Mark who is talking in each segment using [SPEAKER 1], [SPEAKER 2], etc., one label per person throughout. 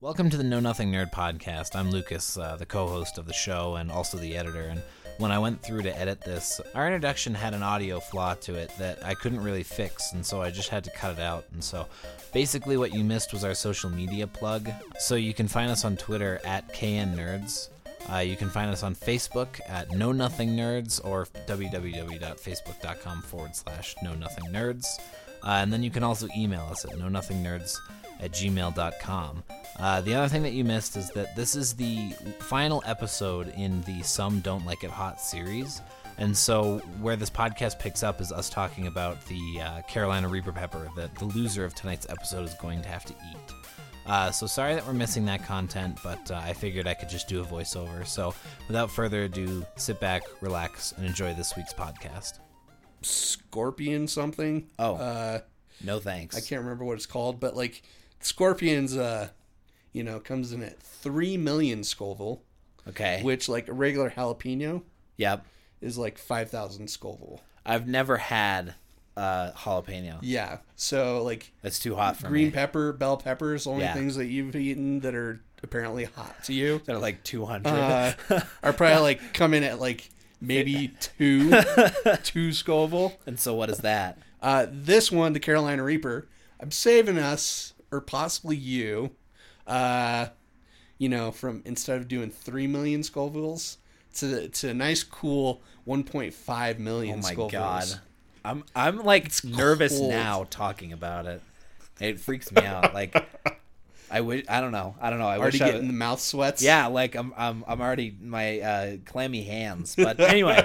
[SPEAKER 1] Welcome to the Know Nothing Nerd podcast. I'm Lucas, uh, the co host of the show and also the editor. And when I went through to edit this, our introduction had an audio flaw to it that I couldn't really fix, and so I just had to cut it out. And so basically, what you missed was our social media plug. So you can find us on Twitter at KN Nerds. Uh, you can find us on Facebook at Know Nothing Nerds or www.facebook.com forward slash Know Nothing Nerds. Uh, and then you can also email us at knownothingnerd's at gmail.com. Uh, the other thing that you missed is that this is the final episode in the Some Don't Like It Hot series. And so, where this podcast picks up is us talking about the uh, Carolina Reaper Pepper that the loser of tonight's episode is going to have to eat. Uh, so sorry that we're missing that content, but uh, I figured I could just do a voiceover. So without further ado, sit back, relax, and enjoy this week's podcast.
[SPEAKER 2] scorpion something.
[SPEAKER 1] Oh.
[SPEAKER 2] Uh,
[SPEAKER 1] No thanks.
[SPEAKER 2] I can't remember what it's called, but like scorpions, uh, you know, comes in at three million Scoville,
[SPEAKER 1] Okay.
[SPEAKER 2] which like a regular jalapeno
[SPEAKER 1] yep.
[SPEAKER 2] is like five thousand Scoville.
[SPEAKER 1] I've never had uh, jalapeno.
[SPEAKER 2] Yeah, so like
[SPEAKER 1] That's too hot for
[SPEAKER 2] green
[SPEAKER 1] me.
[SPEAKER 2] pepper, bell peppers, only
[SPEAKER 1] Yeah.
[SPEAKER 2] things that you've eaten that are apparently hot to you
[SPEAKER 1] They're like 200.
[SPEAKER 2] uh, are probably like come in at like maybe two, two Scoville.
[SPEAKER 1] Uh, and so what is that?
[SPEAKER 2] Uh, this one, the Carolina Reaper, I'm saving us or possibly you. Uh, you know, from instead of doing three million Scovilles to to a nice cool 1.5 million.
[SPEAKER 1] Oh my
[SPEAKER 2] Scovilles.
[SPEAKER 1] god. I'm I'm like nervous
[SPEAKER 2] cold.
[SPEAKER 1] now talking about it. It freaks me out. Like I wish I don't know. I don't know. I
[SPEAKER 2] Already
[SPEAKER 1] wish I,
[SPEAKER 2] getting the mouth sweats.
[SPEAKER 1] Yeah, like I'm I'm I'm already my uh, clammy hands. But anyway,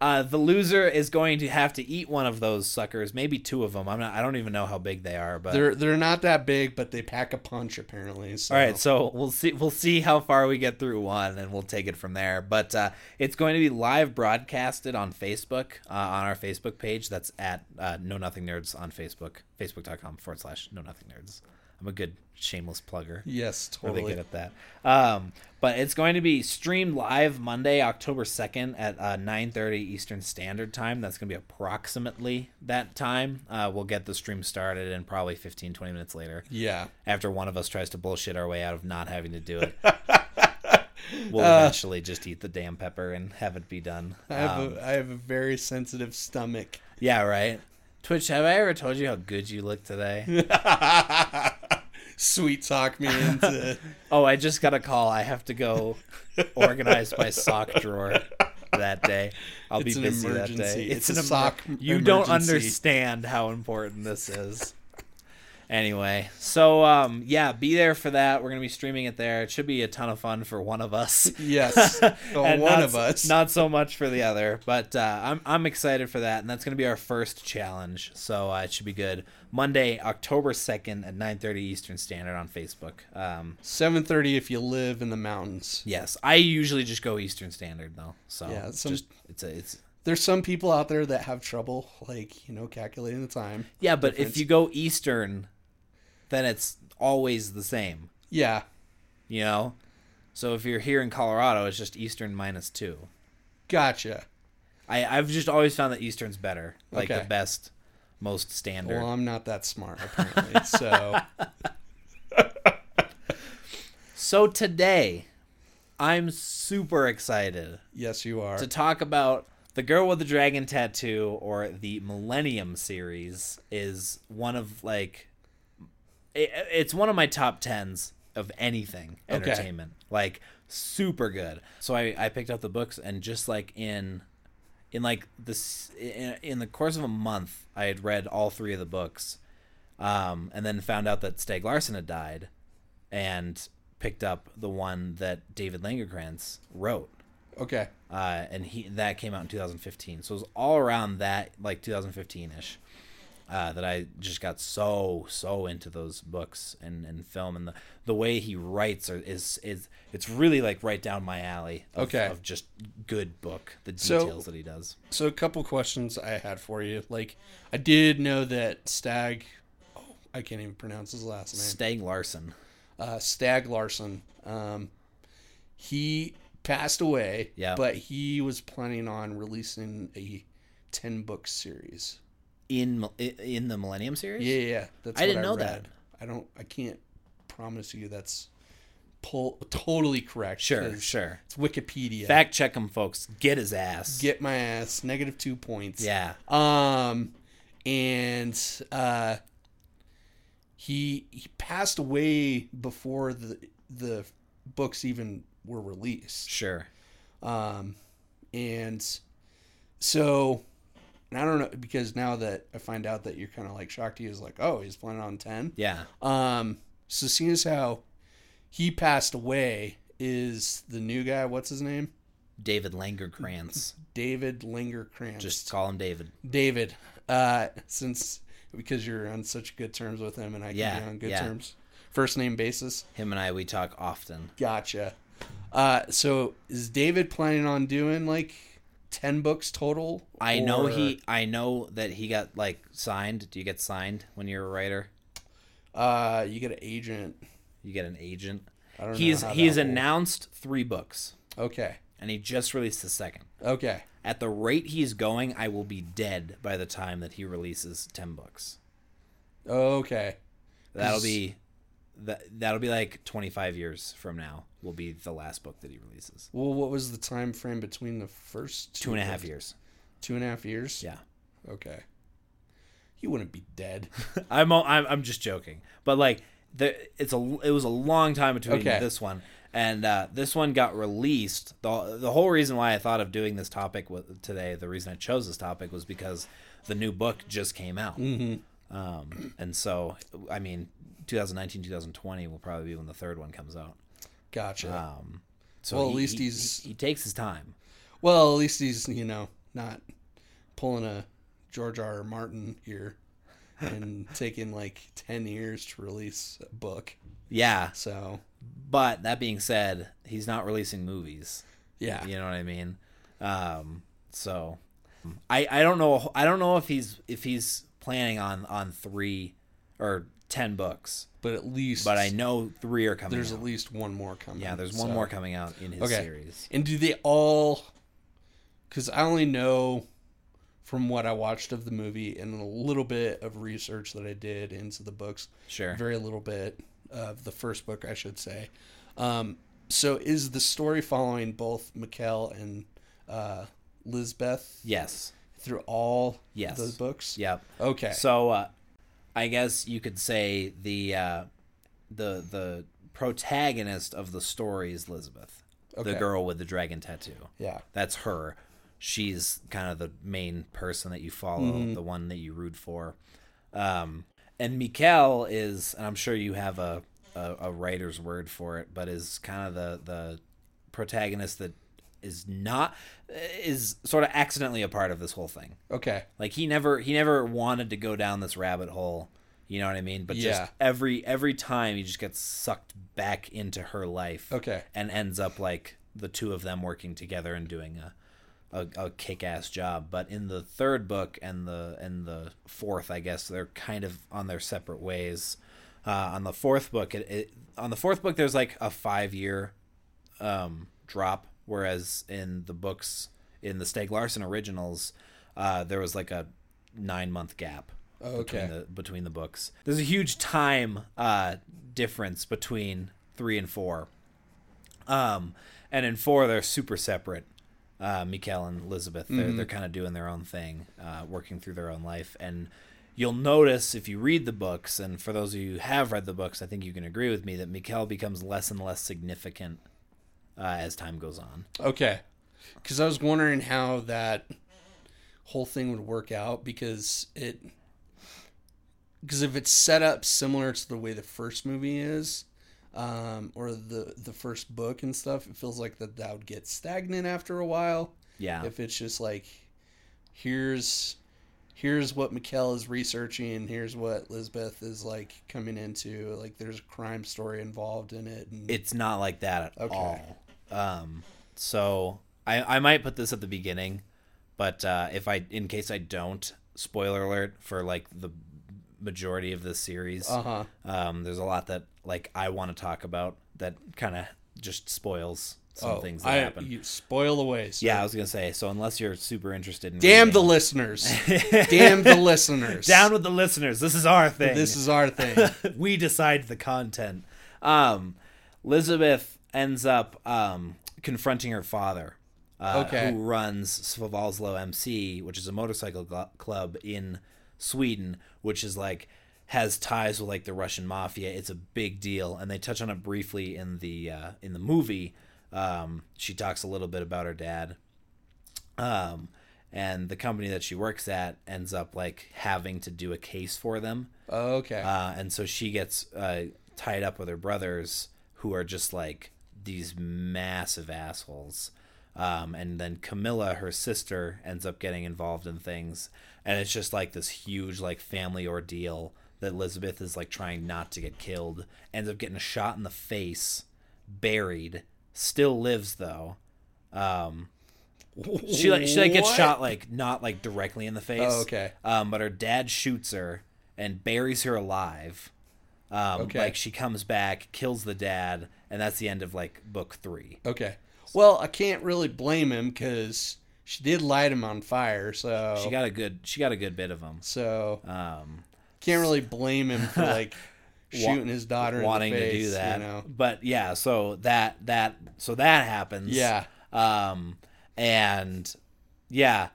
[SPEAKER 1] uh, the loser is going to have to eat one of those suckers, maybe two of them. I'm not. I don't even know how big they are. But
[SPEAKER 2] they're they're not that big, but they pack a punch apparently. So.
[SPEAKER 1] all right, so we'll see we'll see how far we get through one, and we'll take it from there. But uh, it's going to be live broadcasted on Facebook uh, on our Facebook page. That's at uh, Know Nothing Nerds on Facebook, Facebook.com forward slash Know Nothing Nerds. I'm a good shameless plugger.
[SPEAKER 2] Yes,
[SPEAKER 1] really
[SPEAKER 2] totally.
[SPEAKER 1] good at that. Um, but it's going to be streamed live Monday, October second at uh, nine thirty Eastern Standard Time. That's going to be approximately that time. Uh, we'll get the stream started and probably 15, 20 minutes later,
[SPEAKER 2] Yeah.
[SPEAKER 1] after one of us tries to bullshit our way out of not having to do it. We'll eventually just eat the damn pepper and have it be done.
[SPEAKER 2] I have,
[SPEAKER 1] Um,
[SPEAKER 2] a, I have a very sensitive stomach.
[SPEAKER 1] Yeah, right. Twitch, have I ever told you how good you look today?
[SPEAKER 2] Sweet talk me into
[SPEAKER 1] Oh, I just got a call. I have to go organize my sock drawer that day. I'll
[SPEAKER 2] It's
[SPEAKER 1] be
[SPEAKER 2] an
[SPEAKER 1] busy that day.
[SPEAKER 2] emergency. It's a
[SPEAKER 1] emer-
[SPEAKER 2] sock
[SPEAKER 1] You don't
[SPEAKER 2] emergency.
[SPEAKER 1] understand how important this is. anyway, so um, yeah, be there for that. We're gonna be streaming it there. It should be a ton of fun for one of us.
[SPEAKER 2] yes, the one
[SPEAKER 1] And not,
[SPEAKER 2] of us.
[SPEAKER 1] Not so much for the other, but uh, I'm I'm excited for that, and that's going to be our first challenge. So uh, it should be good. Monday, October second at 9:30 Eastern Standard on Facebook. Um,
[SPEAKER 2] Seven thirty if you live in the mountains.
[SPEAKER 1] Yes, I usually just go Eastern Standard though. So
[SPEAKER 2] Yeah,
[SPEAKER 1] it's
[SPEAKER 2] some-
[SPEAKER 1] just it's a it's
[SPEAKER 2] There's some people out there that have trouble, like you know, calculating the time.
[SPEAKER 1] yeah, but if
[SPEAKER 2] difference.
[SPEAKER 1] you go Eastern, then it's always the same,
[SPEAKER 2] Yeah,
[SPEAKER 1] you know. So if you're here in Colorado, it's just Eastern minus two.
[SPEAKER 2] gotcha.
[SPEAKER 1] I I've just always found that Eastern's better, like
[SPEAKER 2] Okay.
[SPEAKER 1] the best, most standard.
[SPEAKER 2] Well, I'm not that smart apparently. So
[SPEAKER 1] so today, I'm super excited
[SPEAKER 2] yes, you are.
[SPEAKER 1] to talk about the girl with the dragon tattoo or the millennium series is one of like it, it's one of my top tens of anything
[SPEAKER 2] Okay.
[SPEAKER 1] entertainment like super good so i i picked up the books and just like in in like this in, in the course of a month i had read all three of the books um and then found out that steg Larsson had died and picked up the one that david langerkrantz wrote
[SPEAKER 2] Okay,
[SPEAKER 1] uh, and he that came out in 2015. So it was all around that like 2015 ish uh, that I just got so so into those books and, and film and the the way he writes are, is is it's really like right down my alley. Of,
[SPEAKER 2] Okay.
[SPEAKER 1] of just good book the
[SPEAKER 2] So-
[SPEAKER 1] details that he does.
[SPEAKER 2] so a couple questions I had for you. Like, I did know that Stag. Oh, I can't even pronounce his last name.
[SPEAKER 1] Stag Larson.
[SPEAKER 2] uh, Stag Larson. Um, he passed away,
[SPEAKER 1] Yeah.
[SPEAKER 2] but he was planning on releasing a ten book series.
[SPEAKER 1] In, mil- in the Millennium series,
[SPEAKER 2] Yeah, yeah, yeah. that's
[SPEAKER 1] I didn't know that.
[SPEAKER 2] I don't. I can't promise you that's pull, totally correct.
[SPEAKER 1] Sure,
[SPEAKER 2] 'cause
[SPEAKER 1] sure.
[SPEAKER 2] It's Wikipedia.
[SPEAKER 1] Fact check him, folks. Get his ass.
[SPEAKER 2] Get my ass. Negative two points.
[SPEAKER 1] yeah.
[SPEAKER 2] Um, and uh, he he passed away before the the books even were released.
[SPEAKER 1] Sure.
[SPEAKER 2] Um, and so, and I don't know because now that I find out that you're kind of like shocked, he is like, oh, he's planning on ten.
[SPEAKER 1] Yeah.
[SPEAKER 2] Um, so seeing as how he passed away, is the new guy what's his name?
[SPEAKER 1] David Langerkrantz.
[SPEAKER 2] David Lingerkrantz.
[SPEAKER 1] Just call him David.
[SPEAKER 2] David, uh, since because you're on such good terms with him, and I can
[SPEAKER 1] Yeah,
[SPEAKER 2] be on good
[SPEAKER 1] yeah.
[SPEAKER 2] terms, first name basis.
[SPEAKER 1] Him and I, we talk often.
[SPEAKER 2] Gotcha. Uh, so is David planning on doing like ten books total?
[SPEAKER 1] I know
[SPEAKER 2] or-
[SPEAKER 1] he. I know that he got like signed. Do you get signed when you're a writer?
[SPEAKER 2] Uh, you get an agent.
[SPEAKER 1] You get an agent.
[SPEAKER 2] I don't
[SPEAKER 1] He's
[SPEAKER 2] know. how
[SPEAKER 1] he's
[SPEAKER 2] that works.
[SPEAKER 1] announced three books,
[SPEAKER 2] Okay.
[SPEAKER 1] and he just released the second.
[SPEAKER 2] Okay.
[SPEAKER 1] At the rate he's going, I will be dead by the time that he releases ten books.
[SPEAKER 2] Okay.
[SPEAKER 1] That'll
[SPEAKER 2] 'Cause-
[SPEAKER 1] be that that'll be like 25 years from now will be the last book that he releases.
[SPEAKER 2] Well, what was the time frame between the first
[SPEAKER 1] Two and a half
[SPEAKER 2] books?
[SPEAKER 1] years.
[SPEAKER 2] Two and a half years.
[SPEAKER 1] Yeah.
[SPEAKER 2] Okay. He wouldn't be dead.
[SPEAKER 1] I'm all, I'm I'm just joking. But like the it's a it was a long time between
[SPEAKER 2] Okay.
[SPEAKER 1] this one and uh, this one got released. the The whole reason why I thought of doing this topic wa- today, the reason I chose this topic was because the new book just came out.
[SPEAKER 2] Mm-hmm.
[SPEAKER 1] Um, and so I mean 2019 2020 will probably be when the third one comes out.
[SPEAKER 2] Gotcha.
[SPEAKER 1] Um so
[SPEAKER 2] Well, at
[SPEAKER 1] he-
[SPEAKER 2] least
[SPEAKER 1] he-
[SPEAKER 2] he's-
[SPEAKER 1] he, he takes his time.
[SPEAKER 2] Well, at least he's you know not pulling a George R. R. Martin here and taking like ten years to release a book.
[SPEAKER 1] Yeah,
[SPEAKER 2] So
[SPEAKER 1] but that being said, he's not releasing movies.
[SPEAKER 2] yeah,
[SPEAKER 1] You know what I mean? Um, so I I don't know I don't know if he's if he's planning on on three or ten books,
[SPEAKER 2] but at least
[SPEAKER 1] but I know three are coming.
[SPEAKER 2] there's
[SPEAKER 1] out.
[SPEAKER 2] at least one more coming.
[SPEAKER 1] yeah, there's one
[SPEAKER 2] so.
[SPEAKER 1] more coming out in his
[SPEAKER 2] Okay.
[SPEAKER 1] series.
[SPEAKER 2] And do they all? Because I only know from what I watched of the movie and a little bit of research that I did into the books.
[SPEAKER 1] Sure.
[SPEAKER 2] very little bit of the first book, I should say. Um, so, is the story following both Mikkel and uh, Lisbeth
[SPEAKER 1] yes.
[SPEAKER 2] through all
[SPEAKER 1] Yes.
[SPEAKER 2] the books?
[SPEAKER 1] Yep.
[SPEAKER 2] Okay.
[SPEAKER 1] So uh, I guess you could say the uh, the the protagonist of the story is Elizabeth,
[SPEAKER 2] Okay.
[SPEAKER 1] the girl with the dragon tattoo.
[SPEAKER 2] yeah.
[SPEAKER 1] that's her. She's kind of the main person that you follow,
[SPEAKER 2] Mm-hmm.
[SPEAKER 1] the one that you root for. Um, and Mikkel is, and I'm sure you have a, a, a writer's word for it, but is kind of the, the protagonist that is not, is sort of accidentally a part of this whole thing.
[SPEAKER 2] Okay.
[SPEAKER 1] Like he never, he never wanted to go down this rabbit hole. You know what I mean? But
[SPEAKER 2] Yeah.
[SPEAKER 1] just every, every time he just gets sucked back into her life
[SPEAKER 2] Okay.
[SPEAKER 1] and ends up like the two of them working together and doing a a, a kick ass job. But in the third book and the and the fourth, I guess they're kind of on their separate ways. Uh, on the fourth book, it, it on the fourth book there's like a five year um, drop, whereas in the books in the Steg Larson originals, uh, there was like a nine month gap
[SPEAKER 2] Okay.
[SPEAKER 1] between the between the books. There's a huge time uh, difference between three and four. Um, and in four, they're super separate. Uh, Mikkel and Elizabeth, they're, they're kind of doing their own thing, uh, working through their own life. And you'll notice if you read the books, and for those of you who have read the books, I think you can agree with me that Mikkel becomes less and less significant uh, as time goes on.
[SPEAKER 2] Okay. Because I was wondering how that whole thing would work out because it. Because if it's set up similar to the way the first movie is, um, or the the first book and stuff, it feels like that that would get stagnant after a while.
[SPEAKER 1] Yeah.
[SPEAKER 2] if it's just like here's here's what Mikkel is researching, here's what Lisbeth is like coming into, like there's a crime story involved in it and
[SPEAKER 1] it's not like that at
[SPEAKER 2] Okay.
[SPEAKER 1] all. Um, so I, I might put this at the beginning, but uh, if I in case I don't, spoiler alert for like the majority of this series.
[SPEAKER 2] uh-huh.
[SPEAKER 1] Um, there's a lot that like I want to talk about that kind of just spoils some
[SPEAKER 2] Oh,
[SPEAKER 1] things that
[SPEAKER 2] I,
[SPEAKER 1] happen.
[SPEAKER 2] You spoil away. so-
[SPEAKER 1] yeah, I was gonna say. So unless you're super interested in
[SPEAKER 2] Damn the
[SPEAKER 1] reading-
[SPEAKER 2] listeners. Damn the listeners.
[SPEAKER 1] down with the listeners. This is our thing.
[SPEAKER 2] This is our thing.
[SPEAKER 1] we decide the content. Um, Elizabeth ends up um, confronting her father, uh,
[SPEAKER 2] Okay.
[SPEAKER 1] who runs Svavalslo MC, which is a motorcycle gl- club in Sweden, which is like has ties with like the Russian mafia. It's a big deal, and they touch on it briefly in the uh, in the movie. Um, she talks a little bit about her dad um, and the company that she works at ends up like having to do a case for them
[SPEAKER 2] Okay.
[SPEAKER 1] uh, and so she gets uh, tied up with her brothers who are just like these massive assholes um, and then camilla her sister ends up getting involved in things and it's just like this huge like family ordeal that elizabeth is like trying not to get killed ends up getting shot in the face buried still lives though um, she like she like gets
[SPEAKER 2] What?
[SPEAKER 1] shot like not like directly in the face.
[SPEAKER 2] Oh, okay.
[SPEAKER 1] Um, but her dad shoots her and buries her alive. Um,
[SPEAKER 2] Okay.
[SPEAKER 1] like she comes back, kills the dad, and that's the end of like book three.
[SPEAKER 2] Okay. Well, I can't really blame him because she did light him on fire, so
[SPEAKER 1] She got a good she got a good bit of them.
[SPEAKER 2] so
[SPEAKER 1] Um,
[SPEAKER 2] can't really blame him for like shooting his daughter in the
[SPEAKER 1] wanting to
[SPEAKER 2] face,
[SPEAKER 1] do that,
[SPEAKER 2] You know?
[SPEAKER 1] but yeah, so that that so that happens.
[SPEAKER 2] Yeah.
[SPEAKER 1] Um, and yeah,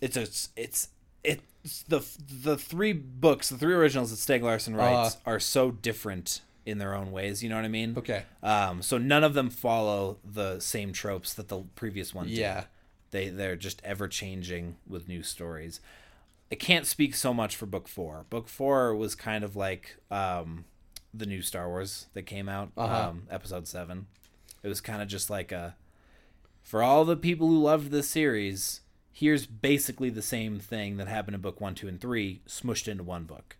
[SPEAKER 1] it's a it's it's the the three books, the three originals that Steg Larsson
[SPEAKER 2] Uh-huh.
[SPEAKER 1] writes are so different in their own ways. You know what I mean?
[SPEAKER 2] Okay.
[SPEAKER 1] Um, so none of them follow the same tropes that the previous one did.
[SPEAKER 2] Yeah.
[SPEAKER 1] They they're just ever changing with new stories. I can't speak so much for book four. Book four was kind of like um, the new Star Wars that came out,
[SPEAKER 2] Uh-huh.
[SPEAKER 1] um, episode seven. It was kind of just like a for all the people who loved this series. Here's basically the same thing that happened in book one, two, and three, smushed into one book.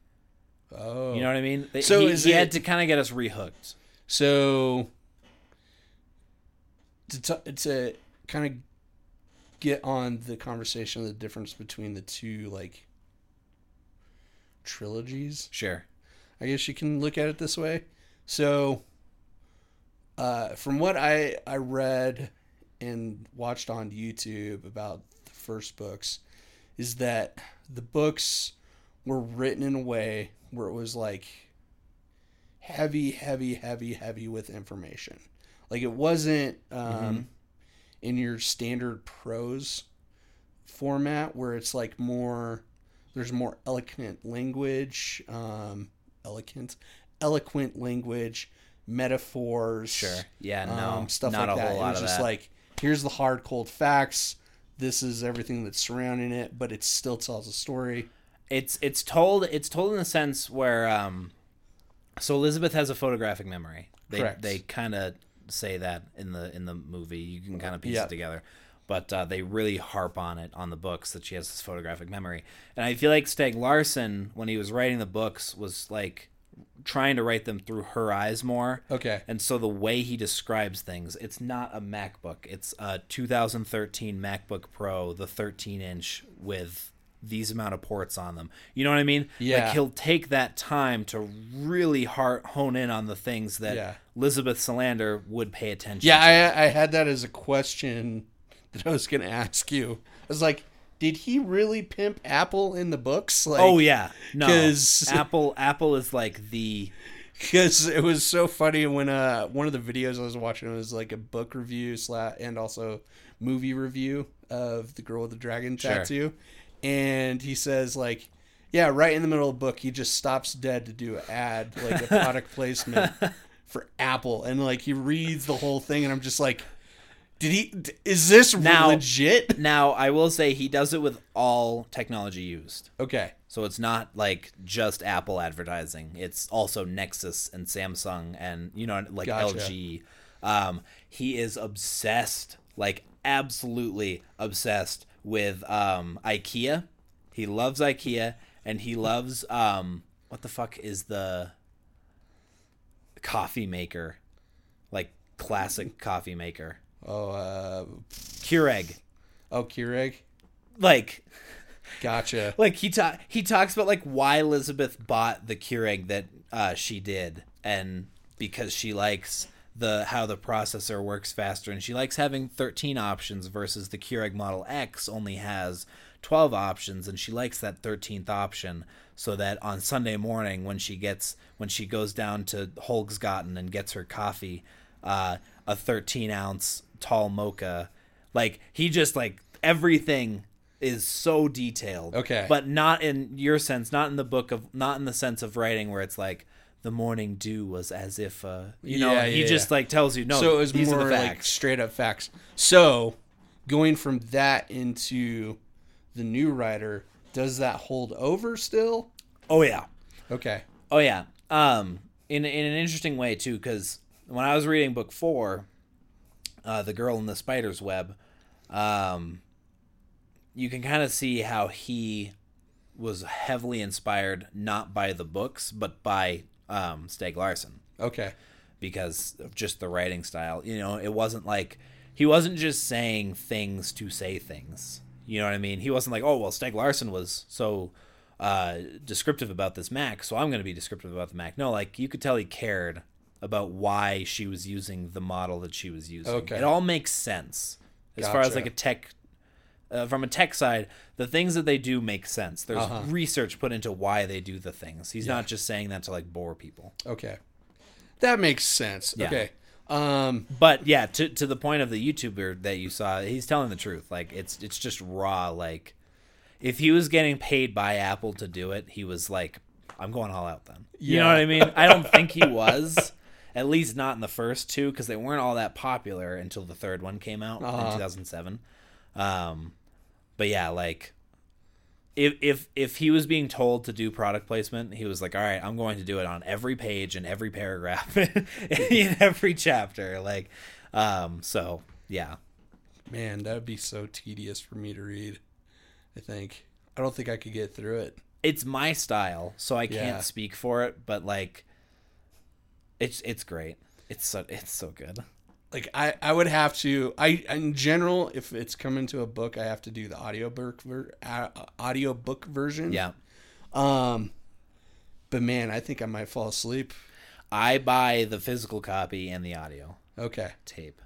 [SPEAKER 2] Oh.
[SPEAKER 1] You know what I mean? They-
[SPEAKER 2] So
[SPEAKER 1] he,
[SPEAKER 2] is
[SPEAKER 1] he
[SPEAKER 2] it-
[SPEAKER 1] had to kind of get us rehooked.
[SPEAKER 2] So to t- to kind of get on the conversation of the difference between the two like trilogies,
[SPEAKER 1] Sure.
[SPEAKER 2] I guess you can look at it this way. So uh, from what I I read and watched on YouTube about the first books is that the books were written in a way where it was like heavy, heavy, heavy, heavy with information. Like it wasn't um, in your standard prose format where it's like more. There's more eloquent language, um, eloquent, eloquent language, metaphors.
[SPEAKER 1] Sure. Yeah. No.
[SPEAKER 2] um, stuff
[SPEAKER 1] not
[SPEAKER 2] like
[SPEAKER 1] a
[SPEAKER 2] that.
[SPEAKER 1] whole
[SPEAKER 2] it
[SPEAKER 1] lot
[SPEAKER 2] was
[SPEAKER 1] of
[SPEAKER 2] just
[SPEAKER 1] that.
[SPEAKER 2] like here's the hard, cold facts. This is everything that's surrounding it, but it still tells a story.
[SPEAKER 1] it's it's told it's told in a sense where um so Elizabeth has a photographic memory. They
[SPEAKER 2] Correct.
[SPEAKER 1] they kind of say that in the in the movie. You can kind of piece
[SPEAKER 2] Yeah.
[SPEAKER 1] it together. But uh, they really harp on it on the books that she has this photographic memory. And I feel like Steg Larson when he was writing the books was like trying to write them through her eyes more.
[SPEAKER 2] Okay.
[SPEAKER 1] And so the way he describes things, it's not a MacBook. It's a 2013 MacBook Pro, the 13 inch with these amount of ports on them. You know what I mean?
[SPEAKER 2] Yeah.
[SPEAKER 1] Like he'll take that time to really heart hone in on the things that
[SPEAKER 2] Yeah.
[SPEAKER 1] Elizabeth Salander would pay attention.
[SPEAKER 2] Yeah, I, I had that as a question that I was going to ask you. I was like, did he really pimp Apple in the books? Like,
[SPEAKER 1] Oh yeah. No.
[SPEAKER 2] 'Cause-
[SPEAKER 1] Apple Apple is like the
[SPEAKER 2] because it was so funny when uh one of the videos I was watching was like a book review slash and also movie review of the girl with the dragon tattoo, and he says like. Yeah, right in the middle of the book, he just stops dead to do an ad, like a product placement for Apple, and like he reads the whole thing, and I'm just like, "Did he? d- Is this
[SPEAKER 1] Now-
[SPEAKER 2] legit?"
[SPEAKER 1] Now, I will say he does it with all technology used.
[SPEAKER 2] Okay,
[SPEAKER 1] So it's not like just Apple advertising. It's also Nexus and Samsung and you know like
[SPEAKER 2] Gotcha.
[SPEAKER 1] LG. Um, he is obsessed, like absolutely obsessed with um, IKEA. He loves IKEA and he loves um, what the fuck is the coffee maker, like classic coffee maker,
[SPEAKER 2] Oh, uh,
[SPEAKER 1] Keurig.
[SPEAKER 2] oh, Keurig.
[SPEAKER 1] Like
[SPEAKER 2] Gotcha.
[SPEAKER 1] like he ta- he talks about like why Elizabeth bought the Keurig that uh, she did, and because she likes the how the processor works faster, and she likes having 13 options versus the Keurig Model X only has 12 options, and she likes that 13th option so that on Sunday morning when she gets when she goes down to Holgsgotten and gets her coffee, uh, a 13 ounce tall mocha, like he just like everything is so detailed.
[SPEAKER 2] Okay.
[SPEAKER 1] But not in your sense, not in the book of not in the sense of writing where it's like the morning dew was as if uh you know
[SPEAKER 2] Yeah,
[SPEAKER 1] he
[SPEAKER 2] yeah,
[SPEAKER 1] just
[SPEAKER 2] yeah.
[SPEAKER 1] like tells you no
[SPEAKER 2] so it was
[SPEAKER 1] Oh, these
[SPEAKER 2] more
[SPEAKER 1] are the
[SPEAKER 2] like
[SPEAKER 1] facts.
[SPEAKER 2] straight up facts. So going from that into the new writer, does that hold over still?
[SPEAKER 1] oh yeah.
[SPEAKER 2] Okay.
[SPEAKER 1] Oh yeah. Um, in in an interesting way too, because when I was reading book four, uh, the girl in the spider's web, um, you can kind of see how he was heavily inspired not by the books but by um, Steg Larson
[SPEAKER 2] Okay.
[SPEAKER 1] because of just the writing style. You know, it wasn't like he wasn't just saying things to say things. You know what I mean? He wasn't like, oh well, Steg Larson was so uh, descriptive about this Mac, so I'm going to be descriptive about the Mac. No, like you could tell he cared about why she was using the model that she was using.
[SPEAKER 2] Okay.
[SPEAKER 1] It all makes sense as far as
[SPEAKER 2] Gotcha.
[SPEAKER 1] like a tech. Uh, from a tech side, the things that they do make sense. There's
[SPEAKER 2] Uh-huh.
[SPEAKER 1] research put into why they do the things. He's not just saying that to like bore people.
[SPEAKER 2] Okay. That makes sense.
[SPEAKER 1] Yeah.
[SPEAKER 2] Okay. Um
[SPEAKER 1] But yeah, to to the point of the YouTuber that you saw, he's telling the truth. Like it's it's just raw. Like if he was getting paid by Apple to do it, he was like, "I'm going all out." Then you know
[SPEAKER 2] Yeah.
[SPEAKER 1] what I mean? I don't think he was. At least not in the first two, because they weren't all that popular until the third one came out in 2007. Um, but yeah, like if if if he was being told to do product placement, he was like, "All right, I'm going to do it on every page and every paragraph in every chapter." Like, um, so yeah,
[SPEAKER 2] man, that would be so tedious for me to read. I think I don't think I could get through it.
[SPEAKER 1] it's my style, so I
[SPEAKER 2] Yeah.
[SPEAKER 1] can't speak for it, but like, it's it's great. It's so it's so good.
[SPEAKER 2] like I, I would have to I in general if it's coming to a book I have to do the audiobook ver, uh, audiobook version.
[SPEAKER 1] Yeah,
[SPEAKER 2] Um but man, I think I might fall asleep.
[SPEAKER 1] I buy the physical copy and the audio
[SPEAKER 2] Okay.
[SPEAKER 1] tape.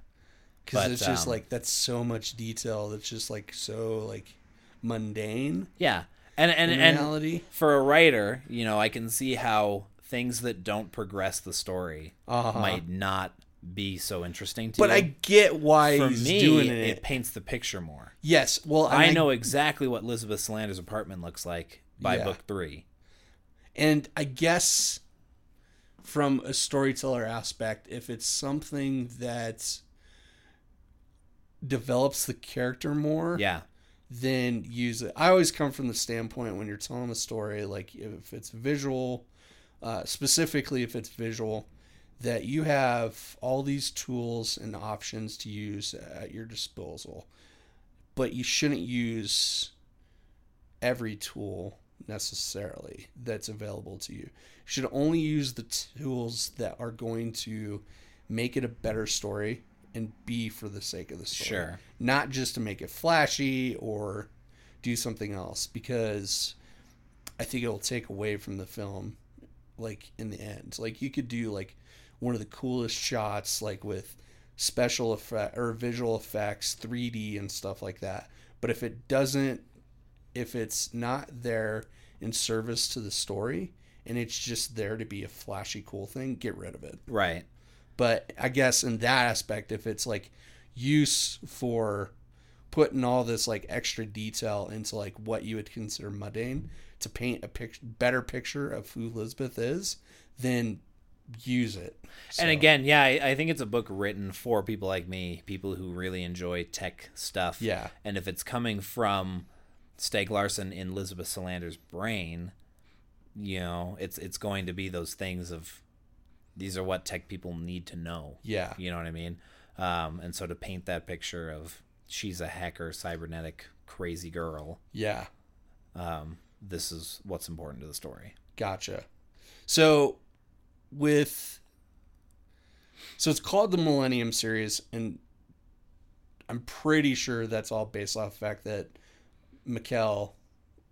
[SPEAKER 2] Cuz
[SPEAKER 1] But,
[SPEAKER 2] it's just
[SPEAKER 1] um,
[SPEAKER 2] like that's so much detail that's just like so like mundane
[SPEAKER 1] Yeah, and and
[SPEAKER 2] in
[SPEAKER 1] and
[SPEAKER 2] reality.
[SPEAKER 1] for a writer, you know, I can see how things that don't progress the story
[SPEAKER 2] Uh-huh.
[SPEAKER 1] might not be so interesting to
[SPEAKER 2] But
[SPEAKER 1] you.
[SPEAKER 2] I get why
[SPEAKER 1] for
[SPEAKER 2] he's
[SPEAKER 1] me,
[SPEAKER 2] doing
[SPEAKER 1] it.
[SPEAKER 2] it.
[SPEAKER 1] paints the picture more.
[SPEAKER 2] yes. Well, and
[SPEAKER 1] I, know exactly what Elizabeth Slander's apartment looks like by
[SPEAKER 2] Yeah.
[SPEAKER 1] book three.
[SPEAKER 2] And I guess from a storyteller aspect, if it's something that develops the character more,
[SPEAKER 1] Yeah,
[SPEAKER 2] then use it. I always come from the standpoint when you're telling a story, like if it's visual, uh, specifically if it's visual, that you have all these tools and options to use at your disposal, but you shouldn't use every tool necessarily that's available to you. You should only use the tools that are going to make it a better story and be for the sake of the story
[SPEAKER 1] sure.
[SPEAKER 2] not just to make it flashy or do something else because I think it'll take away from the film like in the end. Like you could do like one of the coolest shots like with special effect or visual effects, 3D and stuff like that. But if it doesn't if it's not there in service to the story and it's just there to be a flashy cool thing, get rid of it
[SPEAKER 1] Right.
[SPEAKER 2] but i guess in that aspect if it's like use for putting all this like extra detail into like what you would consider mundane to paint a pic- better picture of who elizabeth is then use it So,
[SPEAKER 1] And again, yeah, I, I think it's a book written for people like me, people who really enjoy tech stuff.
[SPEAKER 2] yeah
[SPEAKER 1] And if it's coming from Steg Larson in Elizabeth Solander's brain, you know, it's it's going to be those things of these are what tech people need to know.
[SPEAKER 2] yeah
[SPEAKER 1] You know what I mean? Um, and so to paint that picture of she's a hacker, cybernetic, crazy girl,
[SPEAKER 2] yeah
[SPEAKER 1] um, this is what's important to the story.
[SPEAKER 2] gotcha so with so it's called the millennium series and i'm pretty sure that's all based off the fact that Mikkel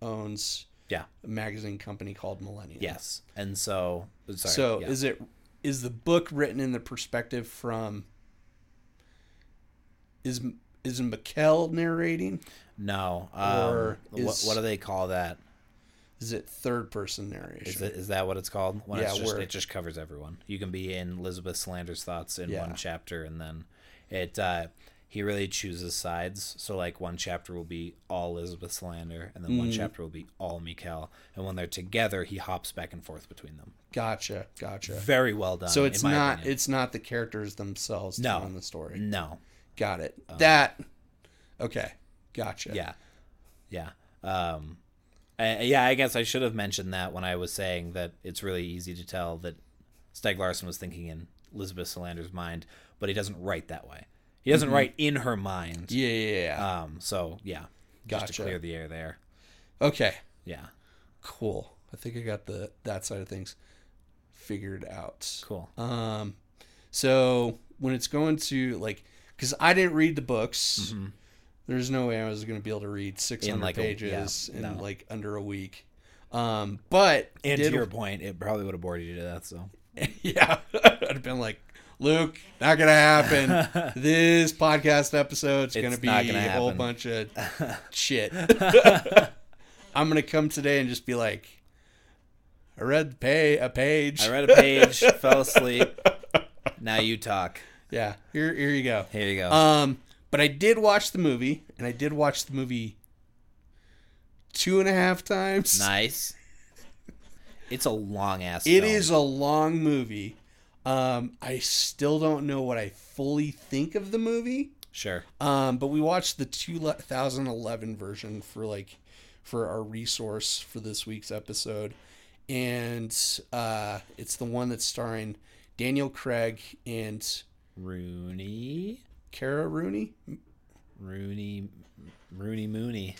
[SPEAKER 2] owns
[SPEAKER 1] Yeah.
[SPEAKER 2] a magazine company called Millennium.
[SPEAKER 1] Yes. And so, sorry.
[SPEAKER 2] so
[SPEAKER 1] yeah.
[SPEAKER 2] is it is the book written in the perspective from is is Mikkel narrating?
[SPEAKER 1] No. Um,
[SPEAKER 2] Or
[SPEAKER 1] wha- what,
[SPEAKER 2] is-
[SPEAKER 1] do they call that?
[SPEAKER 2] Is it third person narration?
[SPEAKER 1] Is, it, is that what it's called? When it's
[SPEAKER 2] Yeah,
[SPEAKER 1] just,
[SPEAKER 2] where-
[SPEAKER 1] it just covers everyone. You can be in Elizabeth Slander's thoughts in
[SPEAKER 2] Yeah.
[SPEAKER 1] one chapter, and then it uh, he really chooses sides. So like one chapter will be all Elizabeth Slander, and then one
[SPEAKER 2] Mm.
[SPEAKER 1] chapter will be all Mikkel. And when they're together, he hops back and forth between them.
[SPEAKER 2] Gotcha, gotcha.
[SPEAKER 1] Very well done.
[SPEAKER 2] So it's
[SPEAKER 1] in my
[SPEAKER 2] not
[SPEAKER 1] opinion.
[SPEAKER 2] it's not the characters themselves
[SPEAKER 1] No. Mm-hmm.
[SPEAKER 2] telling the story.
[SPEAKER 1] no.
[SPEAKER 2] Got it. that okay. Gotcha.
[SPEAKER 1] Yeah. Yeah. Um, I, yeah, I guess I should have mentioned that when I was saying that it's really easy to tell that Steg Larson was thinking in Elizabeth Solander's mind, but he doesn't write that way. He doesn't write in her mind.
[SPEAKER 2] Yeah, yeah, yeah.
[SPEAKER 1] Um, so yeah, just
[SPEAKER 2] Gotcha.
[SPEAKER 1] to clear the air there.
[SPEAKER 2] okay.
[SPEAKER 1] Yeah,
[SPEAKER 2] Cool. I think I got the that side of things figured out.
[SPEAKER 1] cool.
[SPEAKER 2] Um, so when it's going to like, because I didn't read the books, there's no way I was going to be able to read 600
[SPEAKER 1] Mm-hmm. like, a- yeah,
[SPEAKER 2] pages in
[SPEAKER 1] no.
[SPEAKER 2] like under a week. Um, but
[SPEAKER 1] and
[SPEAKER 2] did-
[SPEAKER 1] to your point, it probably would have bored you to death. So
[SPEAKER 2] yeah, I'd have been like, Luke, not gonna happen. this podcast episode's gonna
[SPEAKER 1] It's
[SPEAKER 2] be
[SPEAKER 1] not gonna
[SPEAKER 2] a whole
[SPEAKER 1] happen.
[SPEAKER 2] bunch of shit. I'm gonna come today and just be like, I read pay a page.
[SPEAKER 1] I read a page, fell asleep. Now you talk.
[SPEAKER 2] yeah, here here you go.
[SPEAKER 1] Here you go.
[SPEAKER 2] Um, but I did watch the movie, and I did watch the movie two and a half times.
[SPEAKER 1] nice. It's a long ass.
[SPEAKER 2] It is a long movie. Um, I still don't know what I fully think of the movie.
[SPEAKER 1] sure.
[SPEAKER 2] Um, but we watched the 2011 version for like for our resource for this week's episode, and uh, it's the one that's starring Daniel Craig and
[SPEAKER 1] Rooney.
[SPEAKER 2] Cara Rooney.
[SPEAKER 1] Rooney, Rooney Mooney,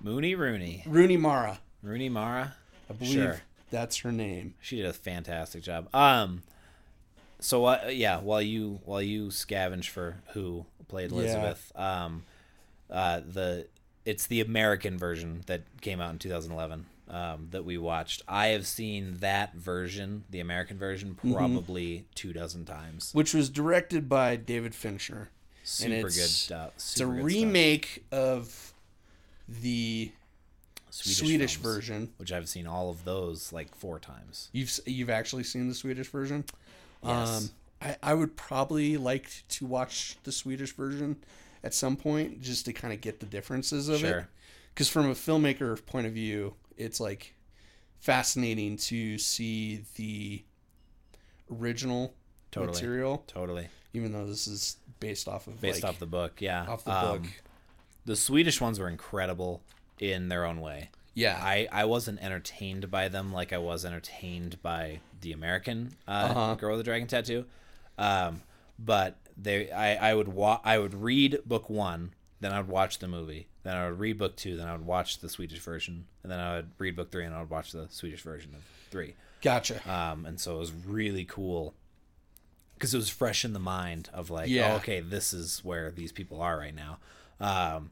[SPEAKER 1] Mooney Rooney,
[SPEAKER 2] Rooney Mara,
[SPEAKER 1] Rooney Mara.
[SPEAKER 2] I believe
[SPEAKER 1] Sure.
[SPEAKER 2] that's her name.
[SPEAKER 1] She did a fantastic job. Um, so uh, yeah, while you while you scavenge for who played Elizabeth, um, uh, the it's the American version that came out in 2011 um, that we watched. I have seen that version, the American version,
[SPEAKER 2] Mm-hmm.
[SPEAKER 1] probably two dozen times.
[SPEAKER 2] which was directed by David Fincher.
[SPEAKER 1] Super good
[SPEAKER 2] it's-
[SPEAKER 1] stuff.
[SPEAKER 2] It's a
[SPEAKER 1] Super good stuff.
[SPEAKER 2] remake of the Swedish,
[SPEAKER 1] films,
[SPEAKER 2] version.
[SPEAKER 1] which I've seen all of those like four times.
[SPEAKER 2] You've s- you've actually seen the Swedish version.
[SPEAKER 1] Yes.
[SPEAKER 2] Um, I I would probably like to watch the Swedish version at some point just to kind of get the differences of it.
[SPEAKER 1] Sure.
[SPEAKER 2] Because from a filmmaker point of view, it's like fascinating to see the original
[SPEAKER 1] Totally.
[SPEAKER 2] material,
[SPEAKER 1] Totally.
[SPEAKER 2] even though this is based off of
[SPEAKER 1] based
[SPEAKER 2] like,
[SPEAKER 1] off the book. Yeah,
[SPEAKER 2] off the
[SPEAKER 1] Um,
[SPEAKER 2] book.
[SPEAKER 1] The Swedish ones were incredible in their own way.
[SPEAKER 2] Yeah,
[SPEAKER 1] I, I wasn't entertained by them like I was entertained by the American uh,
[SPEAKER 2] Uh-huh.
[SPEAKER 1] girl with the dragon tattoo, um, but they I, I would wa- I would read book one, then I would watch the movie, then I would read book two, then I would watch the Swedish version, and then I would read book three, and I would watch the Swedish version of three.
[SPEAKER 2] gotcha.
[SPEAKER 1] Um, and so it was really cool because it was fresh in the mind of like,
[SPEAKER 2] Yeah.
[SPEAKER 1] oh, okay, this is where these people are right now. Um,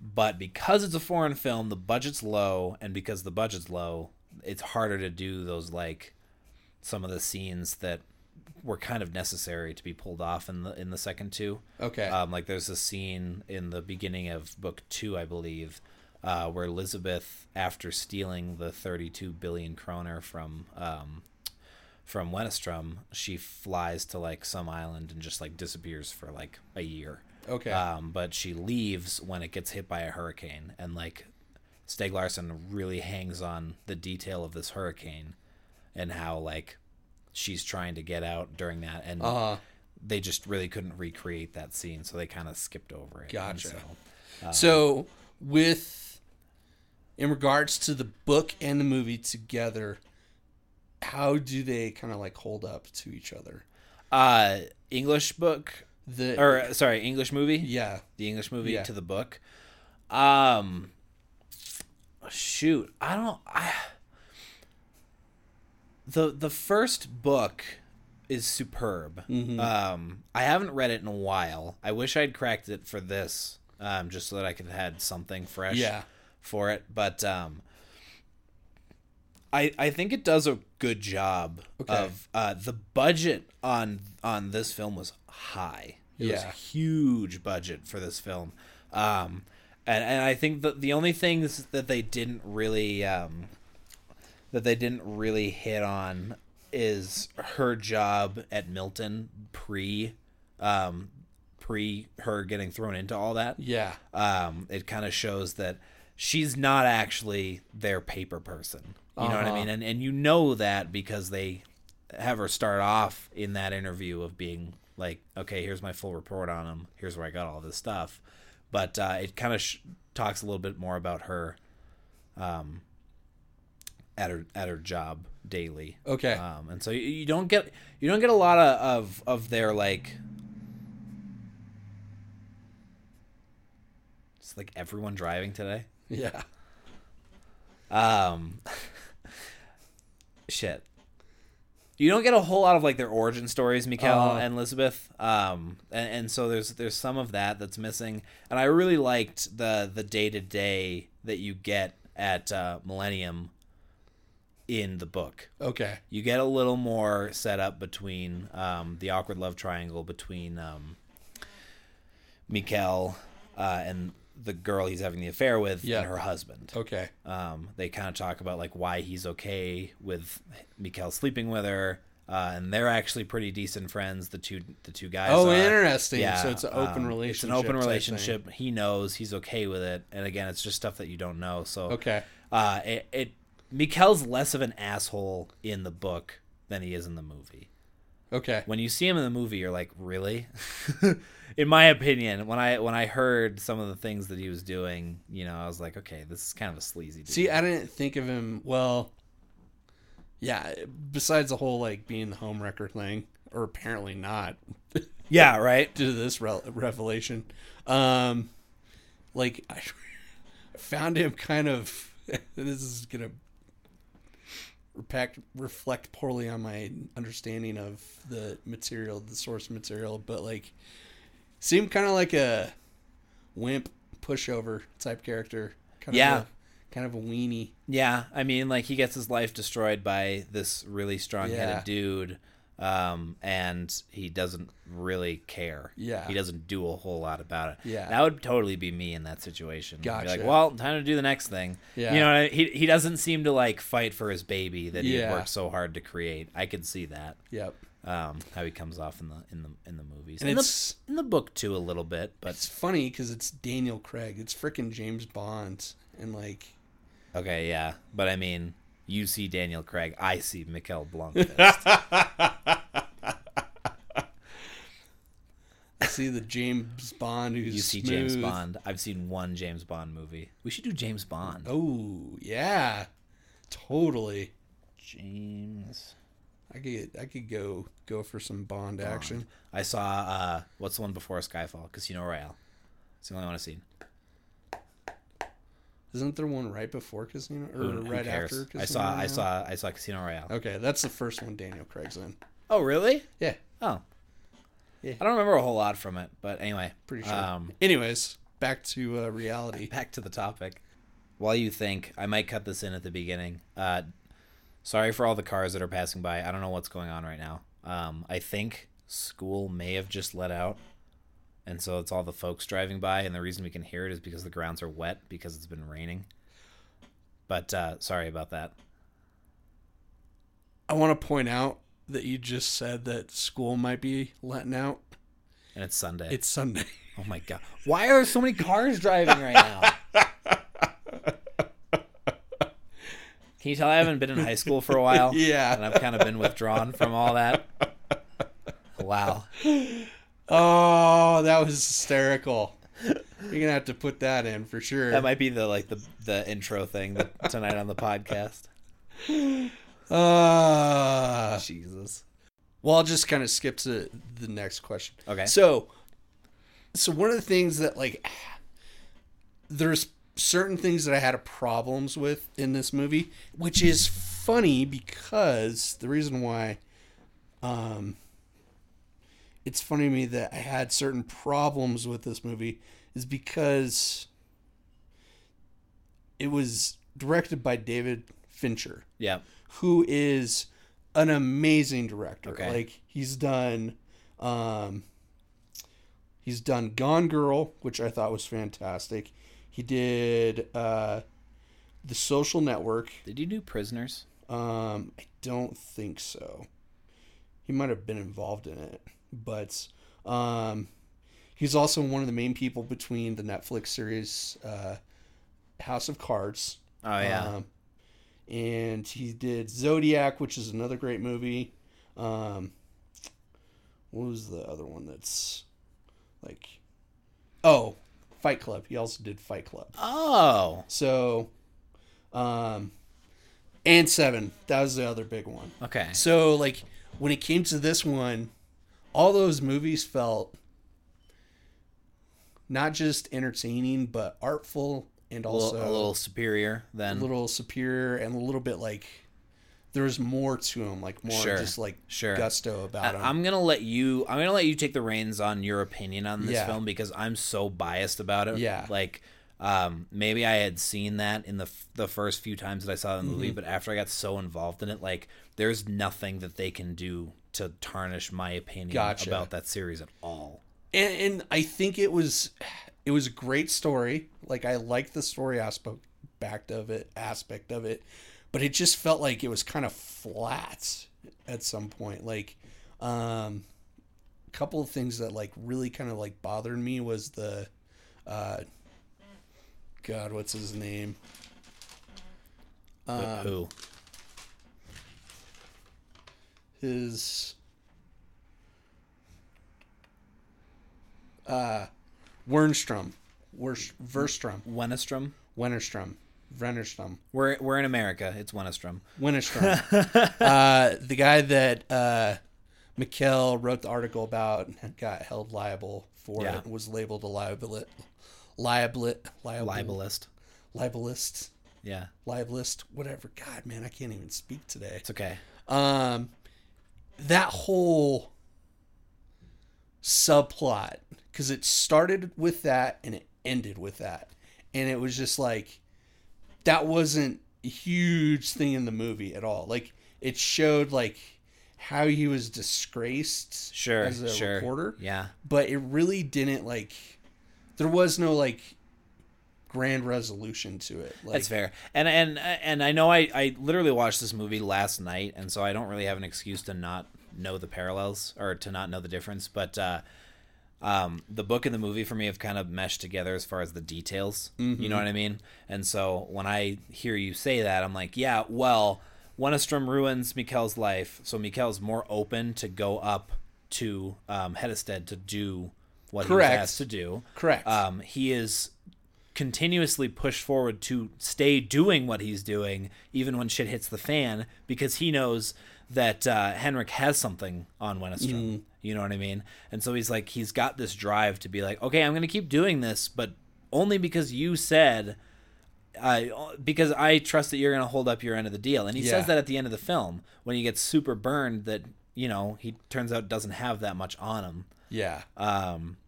[SPEAKER 1] but because it's a foreign film, the budget's low, and because the budget's low, it's harder to do those like some of the scenes that were kind of necessary to be pulled off in the in the second two.
[SPEAKER 2] Okay.
[SPEAKER 1] Um, like there's a scene in the beginning of book two, I believe, uh, where Elizabeth, after stealing the 32 billion kroner from um, from Wenestrom, she flies to like some island and just like disappears for like a year.
[SPEAKER 2] Okay.
[SPEAKER 1] Um, but she leaves when it gets hit by a hurricane, and like Steg Larsson really hangs on the detail of this hurricane and how like she's trying to get out during that and
[SPEAKER 2] Uh,
[SPEAKER 1] they just really couldn't recreate that scene, so they kind of skipped over it. And
[SPEAKER 2] Gotcha.
[SPEAKER 1] so-
[SPEAKER 2] so Um, with in regards to the book and the movie together, how do they kind of like hold up to each other?
[SPEAKER 1] uh, English book
[SPEAKER 2] The
[SPEAKER 1] or uh, sorry, English movie.
[SPEAKER 2] yeah,
[SPEAKER 1] The English movie
[SPEAKER 2] Yeah.
[SPEAKER 1] to the book. Um, shoot, I don't. I the the first book is superb. Um, I haven't read it in a while. I wish I'd cracked it for this, um, just so that I could have had something fresh.
[SPEAKER 2] Yeah.
[SPEAKER 1] for it, but um, I, I think it does a good job
[SPEAKER 2] Okay.
[SPEAKER 1] of uh, the budget on on this film was high. It was a
[SPEAKER 2] Yeah.
[SPEAKER 1] huge budget for this film, um, and and I think that the only things that they didn't really um, that they didn't really hit on is her job at Milton pre um, pre her getting thrown into all that
[SPEAKER 2] Yeah.
[SPEAKER 1] um, it kind of shows that she's not actually their paper person. You know what I
[SPEAKER 2] Uh-huh.
[SPEAKER 1] mean? And and you know that because they have her start off in that interview of being like, okay, here's my full report on him. Here's where I got all this stuff. But uh, it kind of sh- talks a little bit more about her, um, at her at her job daily.
[SPEAKER 2] Okay.
[SPEAKER 1] Um, and so you, you don't get you don't get a lot of of, of their like. It's like everyone driving today.
[SPEAKER 2] yeah.
[SPEAKER 1] Um, shit. You don't get a whole lot of like their origin stories, Mikael
[SPEAKER 2] Uh-huh.
[SPEAKER 1] and Elizabeth. Um, and, and so there's there's some of that that's missing. And I really liked the the day to day that you get at uh, Millennium in the book
[SPEAKER 2] Okay.
[SPEAKER 1] you get a little more set up between um, the awkward love triangle between um, Mikkel uh, and the girl he's having the affair with
[SPEAKER 2] Yeah.
[SPEAKER 1] and her husband.
[SPEAKER 2] Okay.
[SPEAKER 1] Um, they kind of talk about like why he's okay with Mikkel sleeping with her, uh, and they're actually pretty decent friends. The two the two guys.
[SPEAKER 2] Oh,
[SPEAKER 1] are.
[SPEAKER 2] interesting. So it's an
[SPEAKER 1] um,
[SPEAKER 2] open
[SPEAKER 1] It's
[SPEAKER 2] relationship.
[SPEAKER 1] an open
[SPEAKER 2] type thing.
[SPEAKER 1] relationship. He knows he's okay with it, and again, it's just stuff that you don't know. So
[SPEAKER 2] Okay.
[SPEAKER 1] uh, it, it Mikkel's less of an asshole in the book than he is in the movie.
[SPEAKER 2] Okay.
[SPEAKER 1] When you see him in the movie, you're like, really? in my opinion, when I when I heard some of the things that he was doing, you know, I was like, okay, this is kind of a sleazy dude.
[SPEAKER 2] See, I didn't think of him. Well, yeah. Besides the whole like being the homewrecker thing, or apparently not
[SPEAKER 1] yeah, right.
[SPEAKER 2] due to this re- revelation, um, like I found him kind of. this is gonna repact, reflect poorly on my understanding of the material, the source material, but like seemed kind of like a wimp pushover type character. Kind
[SPEAKER 1] Yeah.
[SPEAKER 2] Of a, kind of a weenie.
[SPEAKER 1] Yeah, I mean, like he gets his life destroyed by this really strong-headed
[SPEAKER 2] Yeah.
[SPEAKER 1] dude, um, and he doesn't really care.
[SPEAKER 2] Yeah.
[SPEAKER 1] he doesn't do a whole lot about it.
[SPEAKER 2] Yeah.
[SPEAKER 1] that would totally be me in that situation. I'd be
[SPEAKER 2] Gotcha.
[SPEAKER 1] like, well, time to do the next thing.
[SPEAKER 2] Yeah.
[SPEAKER 1] you know, I- he he doesn't seem to like fight for his baby that he
[SPEAKER 2] Yeah.
[SPEAKER 1] worked so hard to create. I could see that.
[SPEAKER 2] Yep.
[SPEAKER 1] Um, how he comes off in the in the in the movies
[SPEAKER 2] And
[SPEAKER 1] in, the,
[SPEAKER 2] it's
[SPEAKER 1] in the book too a little bit, but
[SPEAKER 2] it's funny because it's Daniel Craig. It's freaking James Bond, and like
[SPEAKER 1] okay, yeah. But I mean, you see Daniel Craig, I see Mikel Blanc.
[SPEAKER 2] I see the James Bond who's
[SPEAKER 1] You see
[SPEAKER 2] smooth.
[SPEAKER 1] James Bond. I've seen one James Bond movie. We should do James Bond.
[SPEAKER 2] Oh yeah, totally.
[SPEAKER 1] James.
[SPEAKER 2] I could I could go go for some Bond action.
[SPEAKER 1] I saw uh what's the one before Skyfall? Casino Royale. It's the only one I've seen.
[SPEAKER 2] Isn't there one right before Casino or
[SPEAKER 1] Who- who
[SPEAKER 2] right
[SPEAKER 1] cares?
[SPEAKER 2] after? Casino
[SPEAKER 1] I saw I
[SPEAKER 2] Royale? Oh.
[SPEAKER 1] saw I saw Casino Royale.
[SPEAKER 2] Okay, that's the first one Daniel Craig's in.
[SPEAKER 1] Oh really?
[SPEAKER 2] Yeah,
[SPEAKER 1] Oh.
[SPEAKER 2] Yeah.
[SPEAKER 1] I don't remember a whole lot from it, but anyway.
[SPEAKER 2] pretty sure.
[SPEAKER 1] Um
[SPEAKER 2] Anyways, back to uh, reality.
[SPEAKER 1] back to the topic. While you think, I might cut this in at the beginning. Uh, sorry for all the cars that are passing by. I don't know what's going on right now. Um, I think school may have just let out, and so it's all the folks driving by. And the reason we can hear it is because the grounds are wet because it's been raining. But uh, sorry about that.
[SPEAKER 2] I want to point out that you just said that school might be letting out.
[SPEAKER 1] And it's Sunday.
[SPEAKER 2] It's Sunday.
[SPEAKER 1] oh my god! Why are so many cars driving right now? Can you tell I haven't been in high school for a while? Oh, and
[SPEAKER 2] yeah.
[SPEAKER 1] I've kind of been withdrawn from all that. Wow.
[SPEAKER 2] Oh, that was hysterical. You're gonna have to put that in for sure.
[SPEAKER 1] That might be the like the the intro thing that, tonight on the podcast.
[SPEAKER 2] Uh,
[SPEAKER 1] Jesus.
[SPEAKER 2] well, I'll just kind of skip to the next question.
[SPEAKER 1] Okay.
[SPEAKER 2] So, so one of the things that like there's certain things that I had problems with in this movie, which is funny because the reason why, um, it's funny to me that I had certain problems with this movie is because it was directed by David Fincher,
[SPEAKER 1] Yeah.
[SPEAKER 2] who is an amazing director.
[SPEAKER 1] Okay.
[SPEAKER 2] Like he's done, um, he's done Gone Girl, which I thought was fantastic. He did uh, The Social Network.
[SPEAKER 1] Did you do Prisoners?
[SPEAKER 2] Um, I don't think so. He might have been involved in it, but um, he's also one of the main people between the Netflix series uh, House of Cards.
[SPEAKER 1] Oh yeah.
[SPEAKER 2] Um, and he did Zodiac, which is another great movie. Um, what was the other one that's like? Oh, Fight Club. He also did Fight Club.
[SPEAKER 1] oh.
[SPEAKER 2] So, um, and Seven. That was the other big one.
[SPEAKER 1] Okay.
[SPEAKER 2] So, like, when it came to this one, all those movies felt not just entertaining, but artful and
[SPEAKER 1] A little,
[SPEAKER 2] also
[SPEAKER 1] a little superior than
[SPEAKER 2] superior and a little bit like there's more to them, like more
[SPEAKER 1] Sure.
[SPEAKER 2] just like
[SPEAKER 1] Sure.
[SPEAKER 2] gusto about them.
[SPEAKER 1] I'm gonna let you. I'm gonna let you take the reins on your opinion on this
[SPEAKER 2] Yeah.
[SPEAKER 1] film because I'm so biased about it.
[SPEAKER 2] Yeah.
[SPEAKER 1] Like, um, maybe I had seen that in the f- the first few times that I saw the
[SPEAKER 2] Mm-hmm.
[SPEAKER 1] movie, but after I got so involved in it, like, there's nothing that they can do to tarnish my opinion
[SPEAKER 2] Gotcha.
[SPEAKER 1] about that series at all.
[SPEAKER 2] and, and I think it was it was a great story. Like I liked the story aspect back of it aspect of it, but it just felt like it was kind of flat at some point. Like um a couple of things that like really kind of like bothered me was the uh God, what's his name? Um,
[SPEAKER 1] But who?
[SPEAKER 2] His uh Wernstrom. Wers- Verstrom.
[SPEAKER 1] Wenestrom.
[SPEAKER 2] Wennerstrom. Wennerstrom.
[SPEAKER 1] We're we're in America. It's Wenestrom.
[SPEAKER 2] Winterstrom. uh, the guy that uh, Mikkel wrote the article about and got held liable for
[SPEAKER 1] Yeah.
[SPEAKER 2] it was labeled a liabil liabil liable
[SPEAKER 1] Libelist.
[SPEAKER 2] libelist
[SPEAKER 1] Yeah.
[SPEAKER 2] libelist whatever god man i can't even speak today
[SPEAKER 1] It's okay.
[SPEAKER 2] um that whole subplot because it started with that and it ended with that and it was just like that wasn't a huge thing in the movie at all like it showed like how he was disgraced
[SPEAKER 1] Sure.
[SPEAKER 2] as a
[SPEAKER 1] sure.
[SPEAKER 2] reporter
[SPEAKER 1] Yeah.
[SPEAKER 2] but it really didn't like there was no like grand resolution to it like
[SPEAKER 1] That's fair. And and and I know I I literally watched this movie last night, and so I don't really have an excuse to not know the parallels or to not know the difference. But uh, um, the book and the movie for me have kind of meshed together as far as the details.
[SPEAKER 2] Mm-hmm.
[SPEAKER 1] You know what I mean? And so when I hear you say that, I'm like, yeah, well, Wenestrom ruins Mikkel's life, so Mikkel's more open to go up to um, Hedestead to do what he
[SPEAKER 2] Correct.
[SPEAKER 1] was asked to do.
[SPEAKER 2] Correct.
[SPEAKER 1] Um, he is continuously pushed forward to stay doing what he's doing, even when shit hits the fan, because he knows that uh, Henrik has something on
[SPEAKER 2] Mm-hmm.
[SPEAKER 1] Wenestrom. You know what I mean? And so he's like, he's got this drive to be like, okay, I'm going to keep doing this, but only because you said, uh, because I trust that you're going to hold up your end of the deal. And he
[SPEAKER 2] Yeah.
[SPEAKER 1] says that at the end of the film when he gets super burned that, you know, he turns out doesn't have that much on him
[SPEAKER 2] yeah
[SPEAKER 1] um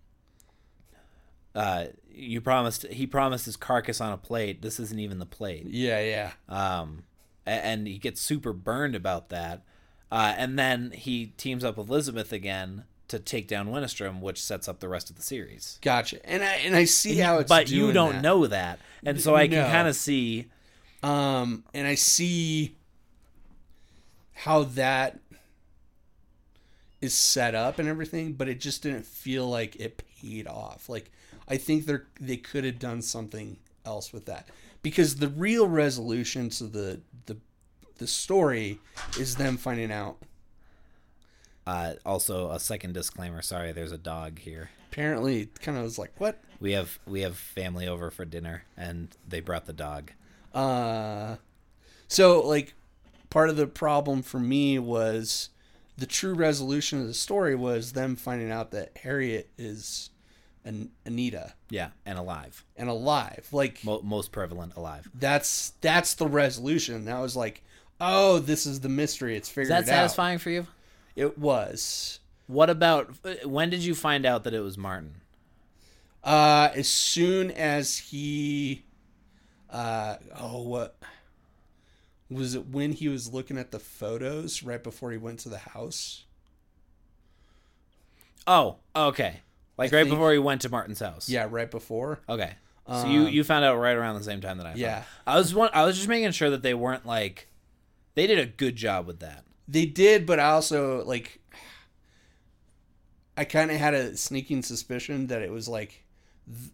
[SPEAKER 1] uh you promised he promised his carcass on a plate this isn't even the plate
[SPEAKER 2] yeah yeah
[SPEAKER 1] um a- and he gets super burned about that uh and then he teams up with elizabeth again to take down Winistrom, which sets up the rest of the series
[SPEAKER 2] gotcha and i and i see how it's
[SPEAKER 1] but you
[SPEAKER 2] doing
[SPEAKER 1] don't
[SPEAKER 2] that.
[SPEAKER 1] know that and so i can
[SPEAKER 2] No.
[SPEAKER 1] kind of see
[SPEAKER 2] Um, and I see how that is set up and everything, but it just didn't feel like it paid off. Like I think they they could have done something else with that because the real resolution to the the the story is them finding out.
[SPEAKER 1] uh also a second disclaimer sorry there's a dog here
[SPEAKER 2] Apparently, it kind of was like what?
[SPEAKER 1] we have we have family over for dinner and they brought the dog
[SPEAKER 2] Uh, so like part of the problem for me was the true resolution of the story was them finding out that Harriet is an Anita
[SPEAKER 1] yeah and alive
[SPEAKER 2] and alive. Like
[SPEAKER 1] Mo- most prevalent alive
[SPEAKER 2] that's that's the resolution. That was like, oh, this is the mystery. It's figured
[SPEAKER 1] is that
[SPEAKER 2] out.
[SPEAKER 1] satisfying for you
[SPEAKER 2] It was.
[SPEAKER 1] What about uh, when did you find out that it was Martin?
[SPEAKER 2] Uh, as soon as he, uh, oh, what, was it when he was looking at the photos right before he went to the house?
[SPEAKER 1] Oh, okay. Like
[SPEAKER 2] I
[SPEAKER 1] right
[SPEAKER 2] think-
[SPEAKER 1] before he went to Martin's house.
[SPEAKER 2] Yeah, right before.
[SPEAKER 1] Okay. So you you found out right around the same time that I. found
[SPEAKER 2] yeah.
[SPEAKER 1] out. I was one. I was just making sure that they weren't like, they did a good job with that.
[SPEAKER 2] They did, but I also like I kind of had a sneaking suspicion that it was like th-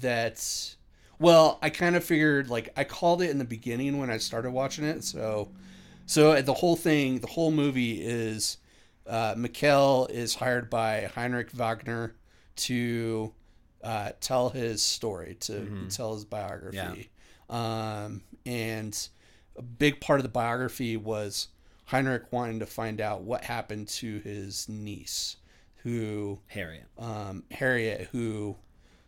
[SPEAKER 2] that well, I kind of figured like I called it in the beginning when I started watching it, so so uh, the whole thing, the whole movie is uh Mikkel is hired by Heinrich Wagner to uh, tell his story, to tell his biography. Um, and a big part of the biography was Heinrich wanting to find out what happened to his niece, who
[SPEAKER 1] Harriet.
[SPEAKER 2] um, Harriet, who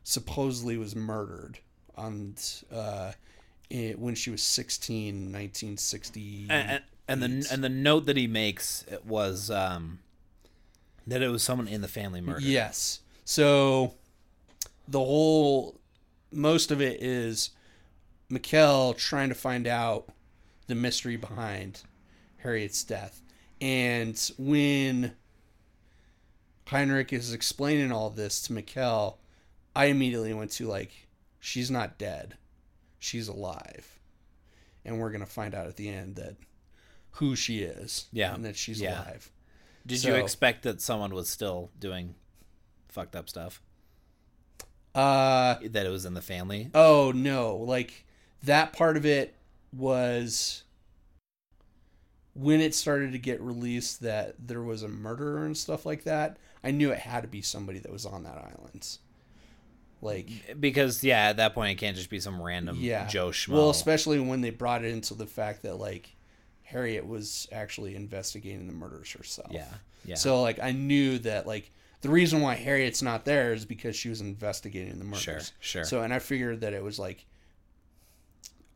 [SPEAKER 2] supposedly was murdered on uh, it, when she was 16 in 1960.
[SPEAKER 1] And, and, and the and the note that he makes it was um, that it was someone in the family murder.
[SPEAKER 2] Yes. So the whole most of it is Mikkel trying to find out the mystery behind Harriet's death. And when Heinrich is explaining all this to Mikkel, I immediately went to like, she's not dead. She's alive. And we're gonna find out at the end that who she is.
[SPEAKER 1] Yeah.
[SPEAKER 2] And that she's
[SPEAKER 1] Yeah.
[SPEAKER 2] alive.
[SPEAKER 1] Did
[SPEAKER 2] So-
[SPEAKER 1] you expect that someone was still doing fucked up stuff?
[SPEAKER 2] Uh
[SPEAKER 1] That it was in the family?
[SPEAKER 2] Oh no, like that part of it was when it started to get released that there was a murderer and stuff like that. I knew it had to be somebody that was on that island. Like
[SPEAKER 1] Because yeah, at that point it can't just be some random
[SPEAKER 2] yeah.
[SPEAKER 1] Joe Schmo.
[SPEAKER 2] Well, especially when they brought it into the fact that like Harriet was actually investigating the murders herself.
[SPEAKER 1] yeah, yeah.
[SPEAKER 2] So like I knew that like the reason why Harriet's not there is because she was investigating the murders.
[SPEAKER 1] Sure, sure.
[SPEAKER 2] So and I figured that it was like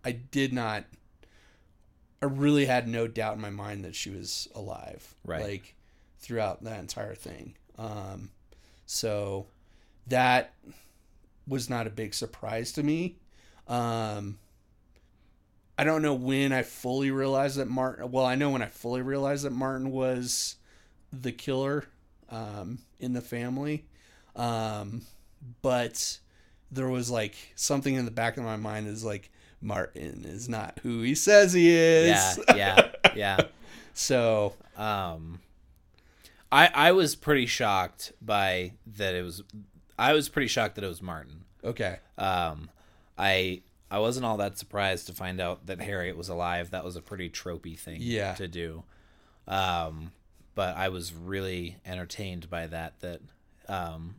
[SPEAKER 2] I did not I really had no doubt in my mind that she was alive.
[SPEAKER 1] Right.
[SPEAKER 2] Like throughout that entire thing. Um so that was not a big surprise to me. Um I don't know when I fully realized that Martin. Well, I know when I fully realized that Martin was the killer um, in the family, um, but there was like something in the back of my mind is like Martin is not who he says he is.
[SPEAKER 1] yeah, yeah, yeah.
[SPEAKER 2] So
[SPEAKER 1] Um, I I was pretty shocked by that. It was I was pretty shocked that it was Martin.
[SPEAKER 2] okay,
[SPEAKER 1] Um, I I wasn't all that surprised to find out that Harriet was alive. That was a pretty tropey thing
[SPEAKER 2] Yeah.
[SPEAKER 1] to do. Um, but I was really entertained by that. That um,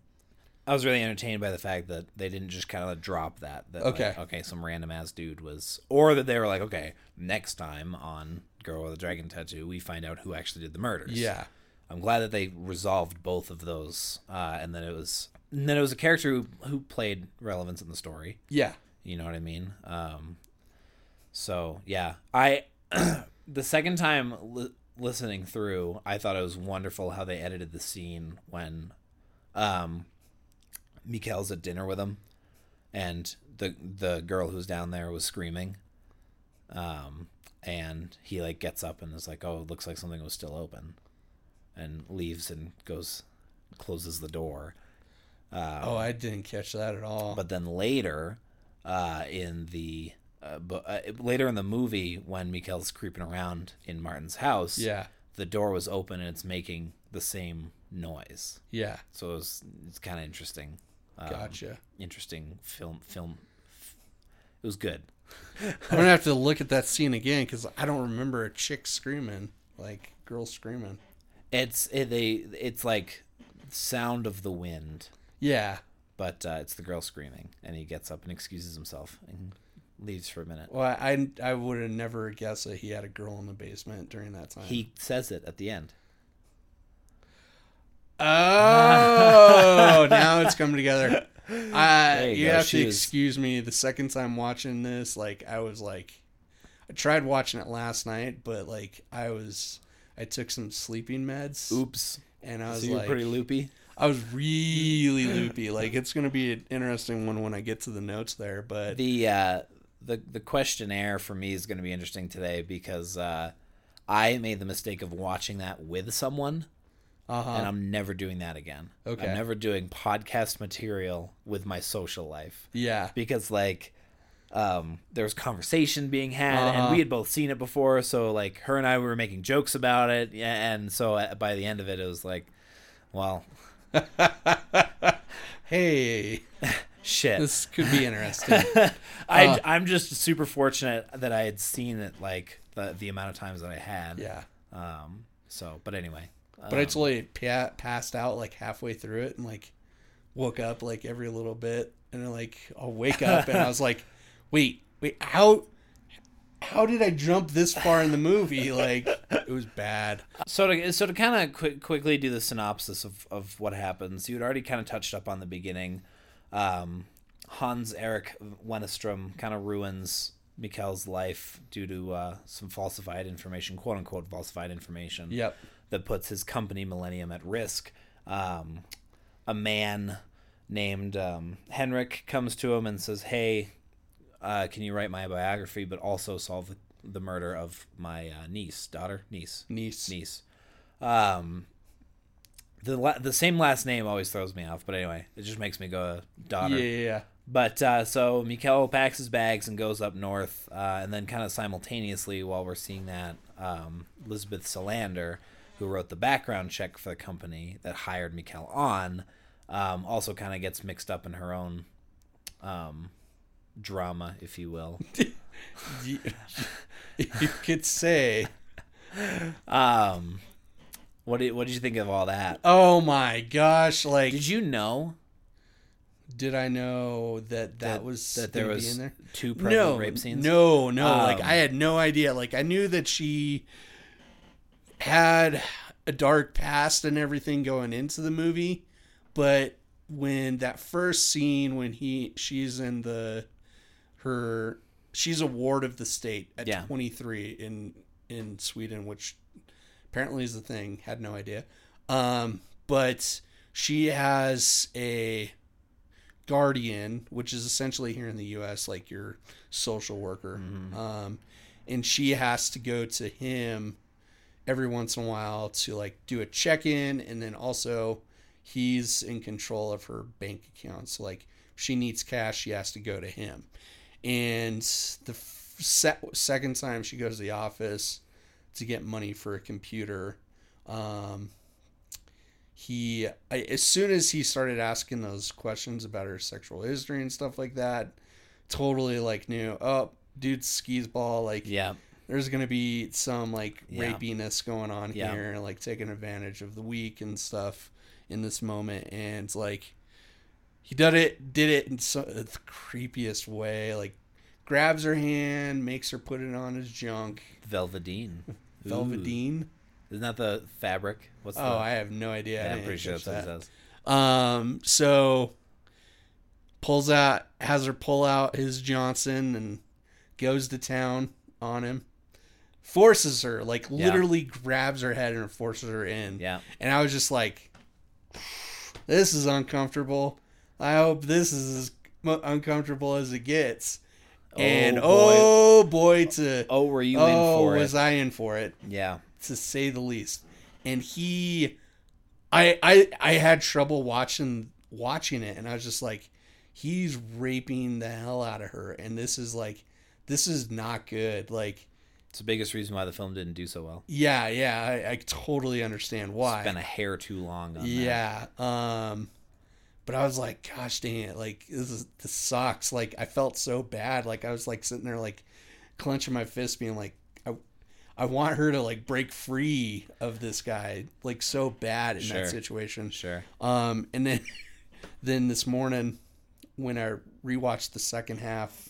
[SPEAKER 1] I was really entertained by the fact that they didn't just kind of drop that. that like,
[SPEAKER 2] Okay.
[SPEAKER 1] okay, some random ass dude was, or that they were like, okay, next time on Girl with a Dragon Tattoo, we find out who actually did the murders.
[SPEAKER 2] yeah,
[SPEAKER 1] I'm glad that they resolved both of those, uh, and then it was and then it was a character who, who played relevance in the story.
[SPEAKER 2] yeah,
[SPEAKER 1] You know what I mean? Um, so yeah, I the second time li- listening through, I thought it was wonderful how they edited the scene when um, Mikkel's at dinner with him, and the the girl who's down there was screaming. Um, and he like gets up and is like, "Oh, it looks like something was still open," and leaves and goes closes the door.
[SPEAKER 2] oh, I didn't catch that at all.
[SPEAKER 1] But then later, uh, in the uh, bu- uh, later in the movie, when Mikkel's creeping around in Martin's house,
[SPEAKER 2] yeah,
[SPEAKER 1] the door was open and it's making the same noise.
[SPEAKER 2] yeah,
[SPEAKER 1] So it was, it's kind of interesting. Um,
[SPEAKER 2] gotcha.
[SPEAKER 1] Interesting film. Film. It was good.
[SPEAKER 2] I'm gonna have to look at that scene again because I don't remember a chick screaming like girl screaming.
[SPEAKER 1] It's it, they. It's like sound of the wind,
[SPEAKER 2] Yeah,
[SPEAKER 1] but uh, it's the girl screaming, and he gets up and excuses himself and leaves for a minute.
[SPEAKER 2] Well, I I would have never guessed that he had a girl in the basement during that time.
[SPEAKER 1] He says it at the end.
[SPEAKER 2] oh, now it's coming together. I
[SPEAKER 1] There you
[SPEAKER 2] you,
[SPEAKER 1] go,
[SPEAKER 2] have
[SPEAKER 1] she
[SPEAKER 2] to
[SPEAKER 1] was-
[SPEAKER 2] excuse me. The second time watching this, like I was like, I tried watching it last night, but like I was, I took some sleeping meds,
[SPEAKER 1] Oops.
[SPEAKER 2] and I was
[SPEAKER 1] So you're
[SPEAKER 2] like,
[SPEAKER 1] pretty loopy.
[SPEAKER 2] I was really loopy. Like it's gonna be an interesting one when I get to the notes there, but
[SPEAKER 1] the uh the the questionnaire for me is going to be interesting today because uh, I made the mistake of watching that with someone, and
[SPEAKER 2] Uh-huh.
[SPEAKER 1] I'm never doing that again.
[SPEAKER 2] Okay.
[SPEAKER 1] I'm never doing podcast material with my social life
[SPEAKER 2] Yeah.
[SPEAKER 1] because like um there was conversation being had
[SPEAKER 2] Uh-huh.
[SPEAKER 1] and we had both seen it before so like her and i were making jokes about it yeah, and so uh, by the end of it it was like well
[SPEAKER 2] Hey,
[SPEAKER 1] shit
[SPEAKER 2] this could be interesting.
[SPEAKER 1] I,
[SPEAKER 2] uh,
[SPEAKER 1] i'm just super fortunate that i had seen it like the, the amount of times that i had
[SPEAKER 2] yeah.
[SPEAKER 1] um so but anyway
[SPEAKER 2] But
[SPEAKER 1] Um,
[SPEAKER 2] I totally pa- passed out like halfway through it and like woke up like every little bit and then, like I'll wake up and I was like, wait, wait, how how did I jump this far in the movie? Like it was bad.
[SPEAKER 1] So to so to kind of quick, quickly do the synopsis of, of what happens, you had already kind of touched up on the beginning. Um, Hans Eric Wenestrom kind of ruins Mikkel's life due to uh, some falsified information, quote unquote falsified information
[SPEAKER 2] Yep.
[SPEAKER 1] that puts his company Millennium at risk. Um, a man named um, Henrik comes to him and says, "Hey, uh, can you write my biography, but also solve the, the murder of my uh, niece, daughter, niece,
[SPEAKER 2] Niece.
[SPEAKER 1] niece?" Um, the la- the same last name always throws me off, but anyway, it just makes me go daughter.
[SPEAKER 2] Yeah, yeah, yeah.
[SPEAKER 1] But uh, so Mikel packs his bags and goes up north, uh, and then kind of simultaneously, while we're seeing that, um, Elizabeth Solander, who wrote the background check for the company that hired Mikel on, um, also kind of gets mixed up in her own um, drama, if you will.
[SPEAKER 2] You, you could say,
[SPEAKER 1] Um, what did what did you think of all that?
[SPEAKER 2] "Oh my gosh!" Like, did,
[SPEAKER 1] Did you know
[SPEAKER 2] I know that that,
[SPEAKER 1] that
[SPEAKER 2] was
[SPEAKER 1] that there
[SPEAKER 2] gonna be
[SPEAKER 1] was
[SPEAKER 2] in there?
[SPEAKER 1] two pregnant
[SPEAKER 2] no,
[SPEAKER 1] rape scenes?
[SPEAKER 2] No, no. like
[SPEAKER 1] Um,
[SPEAKER 2] I had no idea. Like I knew that she had a dark past and everything going into the movie, but when that first scene when he she's in the her she's a ward of the state at
[SPEAKER 1] Yeah.
[SPEAKER 2] 23 in in Sweden, which apparently is the thing. Had no idea. Um, but she has a guardian, which is essentially here in the U.S. like your social worker, um, and she has to go to him every once in a while to like do a check-in, and then also he's in control of her bank account. So like if she needs cash, she has to go to him. And the f- se- second time she goes to the office to get money for a computer, um, he I, as soon as he started asking those questions about her sexual history and stuff like that totally like knew oh dude skis ball like
[SPEAKER 1] Yeah.
[SPEAKER 2] there's gonna be some like
[SPEAKER 1] Yeah.
[SPEAKER 2] rapiness going on
[SPEAKER 1] Yeah.
[SPEAKER 2] here like taking advantage of the weak and stuff in this moment and like he did it did it in so, uh, the creepiest way like grabs her hand makes her put it on his junk
[SPEAKER 1] Velveteen. Ooh.
[SPEAKER 2] velveteen
[SPEAKER 1] Isn't that the fabric? What's the
[SPEAKER 2] oh i have no idea I
[SPEAKER 1] Yeah, I'm
[SPEAKER 2] didn't
[SPEAKER 1] pretty sure
[SPEAKER 2] catch
[SPEAKER 1] that's what it says.
[SPEAKER 2] Um, so pulls out, has her pull out his Johnson and goes to town on him. Forces her, like
[SPEAKER 1] Yeah.
[SPEAKER 2] literally grabs her head and forces her in.
[SPEAKER 1] Yeah.
[SPEAKER 2] And I was just like, this is uncomfortable. I hope this is as mo- uncomfortable as it gets. and
[SPEAKER 1] boy.
[SPEAKER 2] oh boy, to
[SPEAKER 1] oh, were you in
[SPEAKER 2] oh,
[SPEAKER 1] for
[SPEAKER 2] was
[SPEAKER 1] it?
[SPEAKER 2] I in for it?
[SPEAKER 1] Yeah,
[SPEAKER 2] to say the least. And he, I, I, I had trouble watching watching it, and I was just like, he's raping the hell out of her, and this is like, this is not good. Like,
[SPEAKER 1] it's the biggest reason why the film didn't do so well.
[SPEAKER 2] yeah, yeah, I, I totally understand why.
[SPEAKER 1] It's been a hair too long. On that.
[SPEAKER 2] yeah, um, but I was like, gosh dang it, like this is this sucks. Like I felt so bad. Like I was like sitting there like clenching my fist, being like, I, I want her to like break free of this guy, like so bad in
[SPEAKER 1] Sure.
[SPEAKER 2] that situation.
[SPEAKER 1] sure.
[SPEAKER 2] Um, and then, then this morning, when I rewatched the second half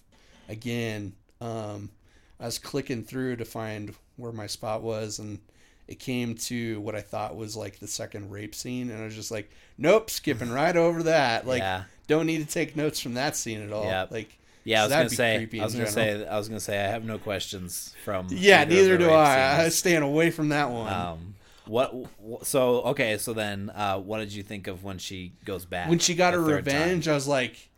[SPEAKER 2] again, um, I was clicking through to find where my spot was, and it came to what I thought was like the second rape scene, and I was just like, "Nope, skipping right over that. Like,
[SPEAKER 1] Yeah.
[SPEAKER 2] don't need to take notes from that scene at all.
[SPEAKER 1] Yep.
[SPEAKER 2] Like,
[SPEAKER 1] Yeah, I
[SPEAKER 2] so
[SPEAKER 1] was
[SPEAKER 2] that'd
[SPEAKER 1] gonna
[SPEAKER 2] be
[SPEAKER 1] say.
[SPEAKER 2] creepy
[SPEAKER 1] I was
[SPEAKER 2] in
[SPEAKER 1] gonna
[SPEAKER 2] general.
[SPEAKER 1] say. I was gonna say. I have no questions from.
[SPEAKER 2] yeah,
[SPEAKER 1] either of
[SPEAKER 2] neither
[SPEAKER 1] the
[SPEAKER 2] do
[SPEAKER 1] rape
[SPEAKER 2] I. I'm
[SPEAKER 1] scenes.
[SPEAKER 2] staying away from that one.
[SPEAKER 1] Um, what? wh- So okay. So then, uh, what did you think of when she goes back?
[SPEAKER 2] when she got
[SPEAKER 1] the
[SPEAKER 2] her
[SPEAKER 1] third time?
[SPEAKER 2] revenge, I was like,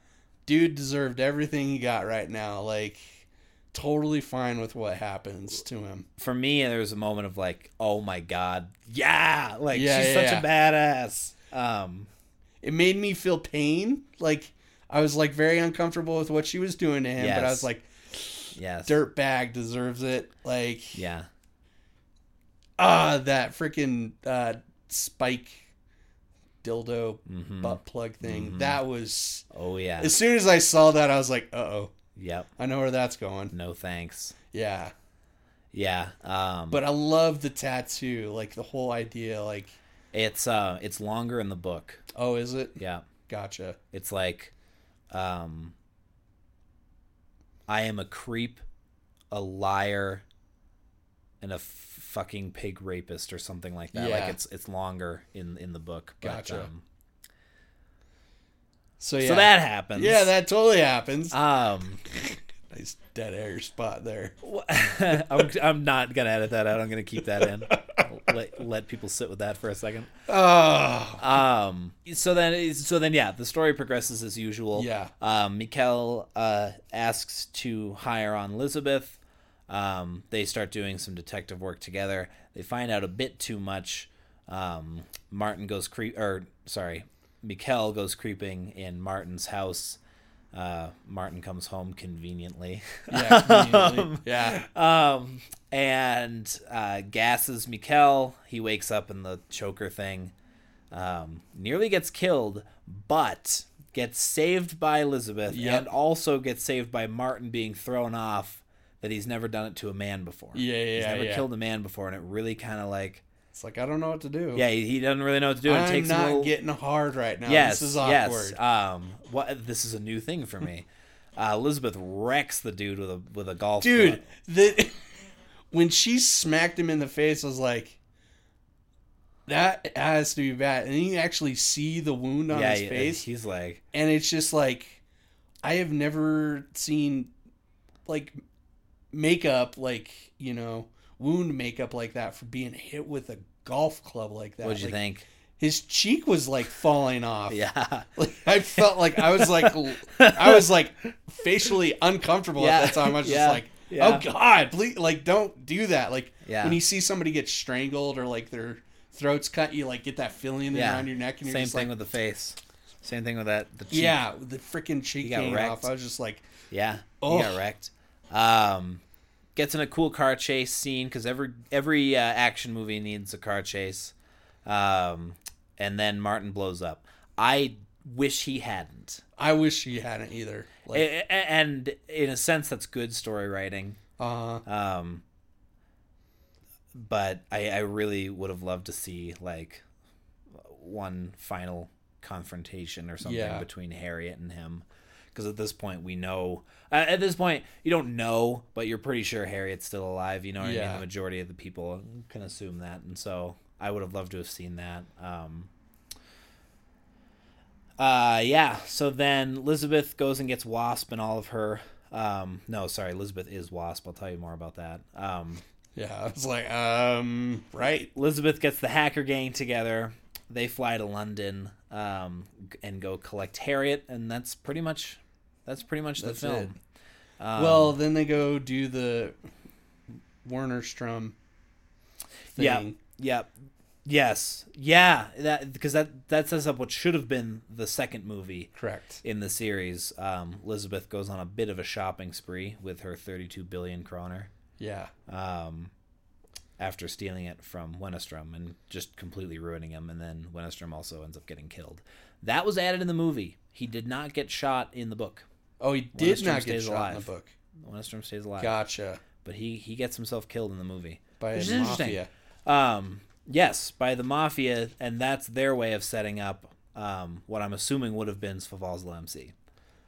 [SPEAKER 2] dude deserved everything he got right now. Like, totally fine with what happens to him.
[SPEAKER 1] For me, there was a moment of like, oh my god, yeah, like
[SPEAKER 2] Yeah,
[SPEAKER 1] she's
[SPEAKER 2] yeah,
[SPEAKER 1] such a badass. Um,
[SPEAKER 2] It made me feel pain. Like I was like very uncomfortable with what she was doing to him, but I
[SPEAKER 1] Yes.
[SPEAKER 2] was like,
[SPEAKER 1] yes,
[SPEAKER 2] dirtbag deserves it. Like
[SPEAKER 1] yeah,
[SPEAKER 2] ah, that freaking uh, spike dildo
[SPEAKER 1] Mm-hmm. Mm.
[SPEAKER 2] butt plug thing. That was
[SPEAKER 1] oh yeah,
[SPEAKER 2] as soon as I saw that, I was like, uh oh,
[SPEAKER 1] yep,
[SPEAKER 2] I know where that's going.
[SPEAKER 1] no thanks,
[SPEAKER 2] Yeah,
[SPEAKER 1] Mm. yeah. Um,
[SPEAKER 2] but I love the tattoo, like the whole idea. Like,
[SPEAKER 1] it's uh, it's longer in the book.
[SPEAKER 2] oh, is it?
[SPEAKER 1] Yeah,
[SPEAKER 2] Gotcha.
[SPEAKER 1] it's like, um, I am a creep, a liar, and a f- fucking pig rapist or something like that.
[SPEAKER 2] Yeah.
[SPEAKER 1] Like it's it's longer in in the book. But,
[SPEAKER 2] Gotcha.
[SPEAKER 1] Um,
[SPEAKER 2] So yeah,
[SPEAKER 1] So that happens.
[SPEAKER 2] yeah, that totally happens.
[SPEAKER 1] Um,
[SPEAKER 2] nice dead air spot there.
[SPEAKER 1] I'm, I'm not gonna edit that out. I'm gonna keep that in. let, let people sit with that for a second.
[SPEAKER 2] Oh,
[SPEAKER 1] Um. So then, so then, yeah, the story progresses as usual.
[SPEAKER 2] Yeah.
[SPEAKER 1] Um. Mikkel uh asks to hire on Elizabeth. Um. They start doing some detective work together. They find out a bit too much. Um. Martin goes creep or sorry, Mikkel goes creeping in Martin's house. Uh. Martin comes home conveniently.
[SPEAKER 2] yeah, conveniently. yeah.
[SPEAKER 1] Um, and uh, gasses Mikkel. He wakes up in the choker thing. Um, nearly gets killed, but gets saved by Elizabeth
[SPEAKER 2] Yep.
[SPEAKER 1] and also gets saved by Martin being thrown off that he's never done it to a man before.
[SPEAKER 2] Yeah, yeah,
[SPEAKER 1] He's never
[SPEAKER 2] yeah.
[SPEAKER 1] killed a man before, and it really kind of like,
[SPEAKER 2] It's like I don't know what to do.
[SPEAKER 1] yeah, he, he doesn't really know what to do. and it
[SPEAKER 2] I'm
[SPEAKER 1] takes a
[SPEAKER 2] not
[SPEAKER 1] little-
[SPEAKER 2] getting hard right now.
[SPEAKER 1] yes,
[SPEAKER 2] this is
[SPEAKER 1] yes.
[SPEAKER 2] awkward.
[SPEAKER 1] Um, what? This is a new thing for me. Uh, Elizabeth wrecks the dude with a with a golf
[SPEAKER 2] dude
[SPEAKER 1] club.
[SPEAKER 2] the when she smacked him in the face I was like that has to be bad and then you actually see the wound on
[SPEAKER 1] Yeah,
[SPEAKER 2] his
[SPEAKER 1] yeah,
[SPEAKER 2] face
[SPEAKER 1] he's like,
[SPEAKER 2] and it's just like i have never seen like makeup like you know wound makeup like that for being hit with a golf club like that
[SPEAKER 1] What'd you
[SPEAKER 2] Like,
[SPEAKER 1] think?
[SPEAKER 2] his cheek was like falling off
[SPEAKER 1] Yeah.
[SPEAKER 2] Like, I felt like I was like l- I was like facially uncomfortable
[SPEAKER 1] Yeah.
[SPEAKER 2] at that time. I was
[SPEAKER 1] Yeah.
[SPEAKER 2] just like,
[SPEAKER 1] Yeah.
[SPEAKER 2] oh god, please, like don't do that. Like
[SPEAKER 1] Yeah.
[SPEAKER 2] when you see somebody get strangled or like their throats cut, you like get that feeling
[SPEAKER 1] Yeah.
[SPEAKER 2] around your neck, and you're
[SPEAKER 1] Same
[SPEAKER 2] just
[SPEAKER 1] thing
[SPEAKER 2] like,
[SPEAKER 1] with the face. Same thing with that. The cheek.
[SPEAKER 2] yeah, the freaking cheek
[SPEAKER 1] You got
[SPEAKER 2] came
[SPEAKER 1] wrecked.
[SPEAKER 2] off. I was just like,
[SPEAKER 1] Yeah.
[SPEAKER 2] Oh.
[SPEAKER 1] He got wrecked. Um, gets in a cool car chase scene because every every uh, action movie needs a car chase. Um, and then Martin blows up. I wish he hadn't.
[SPEAKER 2] I wish he hadn't either. Like,
[SPEAKER 1] A- a- and in a sense, that's good story writing.
[SPEAKER 2] uh,
[SPEAKER 1] Um, but I, I really would have loved to see like one final confrontation or something
[SPEAKER 2] Yeah.
[SPEAKER 1] between Harriet and him. Because at this point, we know. Uh, at this point, you don't know, but you're pretty sure Harriet's still alive. You know what I mean?
[SPEAKER 2] Yeah.
[SPEAKER 1] The majority of the people can assume that, and so I would have loved to have seen that. Um, uh, yeah. So then Elizabeth goes and gets Wasp and all of her. Um, no, sorry, Elizabeth is Wasp. I'll tell you more about that. Um,
[SPEAKER 2] yeah, I was like, um, right,
[SPEAKER 1] Elizabeth gets the hacker gang together. They fly to London um, g- and go collect Harriet, and that's pretty much that's pretty much the
[SPEAKER 2] That's
[SPEAKER 1] film. Um,
[SPEAKER 2] well, then they go do the Werner Strum. Thing.
[SPEAKER 1] yeah, yeah, yes, yeah. That because that that sets up what should have been the second movie
[SPEAKER 2] correct.
[SPEAKER 1] in the series. Um, Elizabeth goes on a bit of a shopping spree with her 32 billion kroner.
[SPEAKER 2] Yeah,
[SPEAKER 1] um, after stealing it from Wenestrom and just completely ruining him. And then Wenestrom also ends up getting killed. That was added in the movie. He did not get shot in the book.
[SPEAKER 2] Oh, he did
[SPEAKER 1] Strum
[SPEAKER 2] not get
[SPEAKER 1] stays
[SPEAKER 2] shot in
[SPEAKER 1] alive.
[SPEAKER 2] the book.
[SPEAKER 1] Wenestrom stays alive,
[SPEAKER 2] Gotcha.
[SPEAKER 1] but he he gets himself killed in the movie.
[SPEAKER 2] By
[SPEAKER 1] Which is
[SPEAKER 2] a
[SPEAKER 1] interesting.
[SPEAKER 2] mafia.
[SPEAKER 1] Um, yes, by the mafia, and that's their way of setting up um, what I'm assuming would have been Sfaval's MC.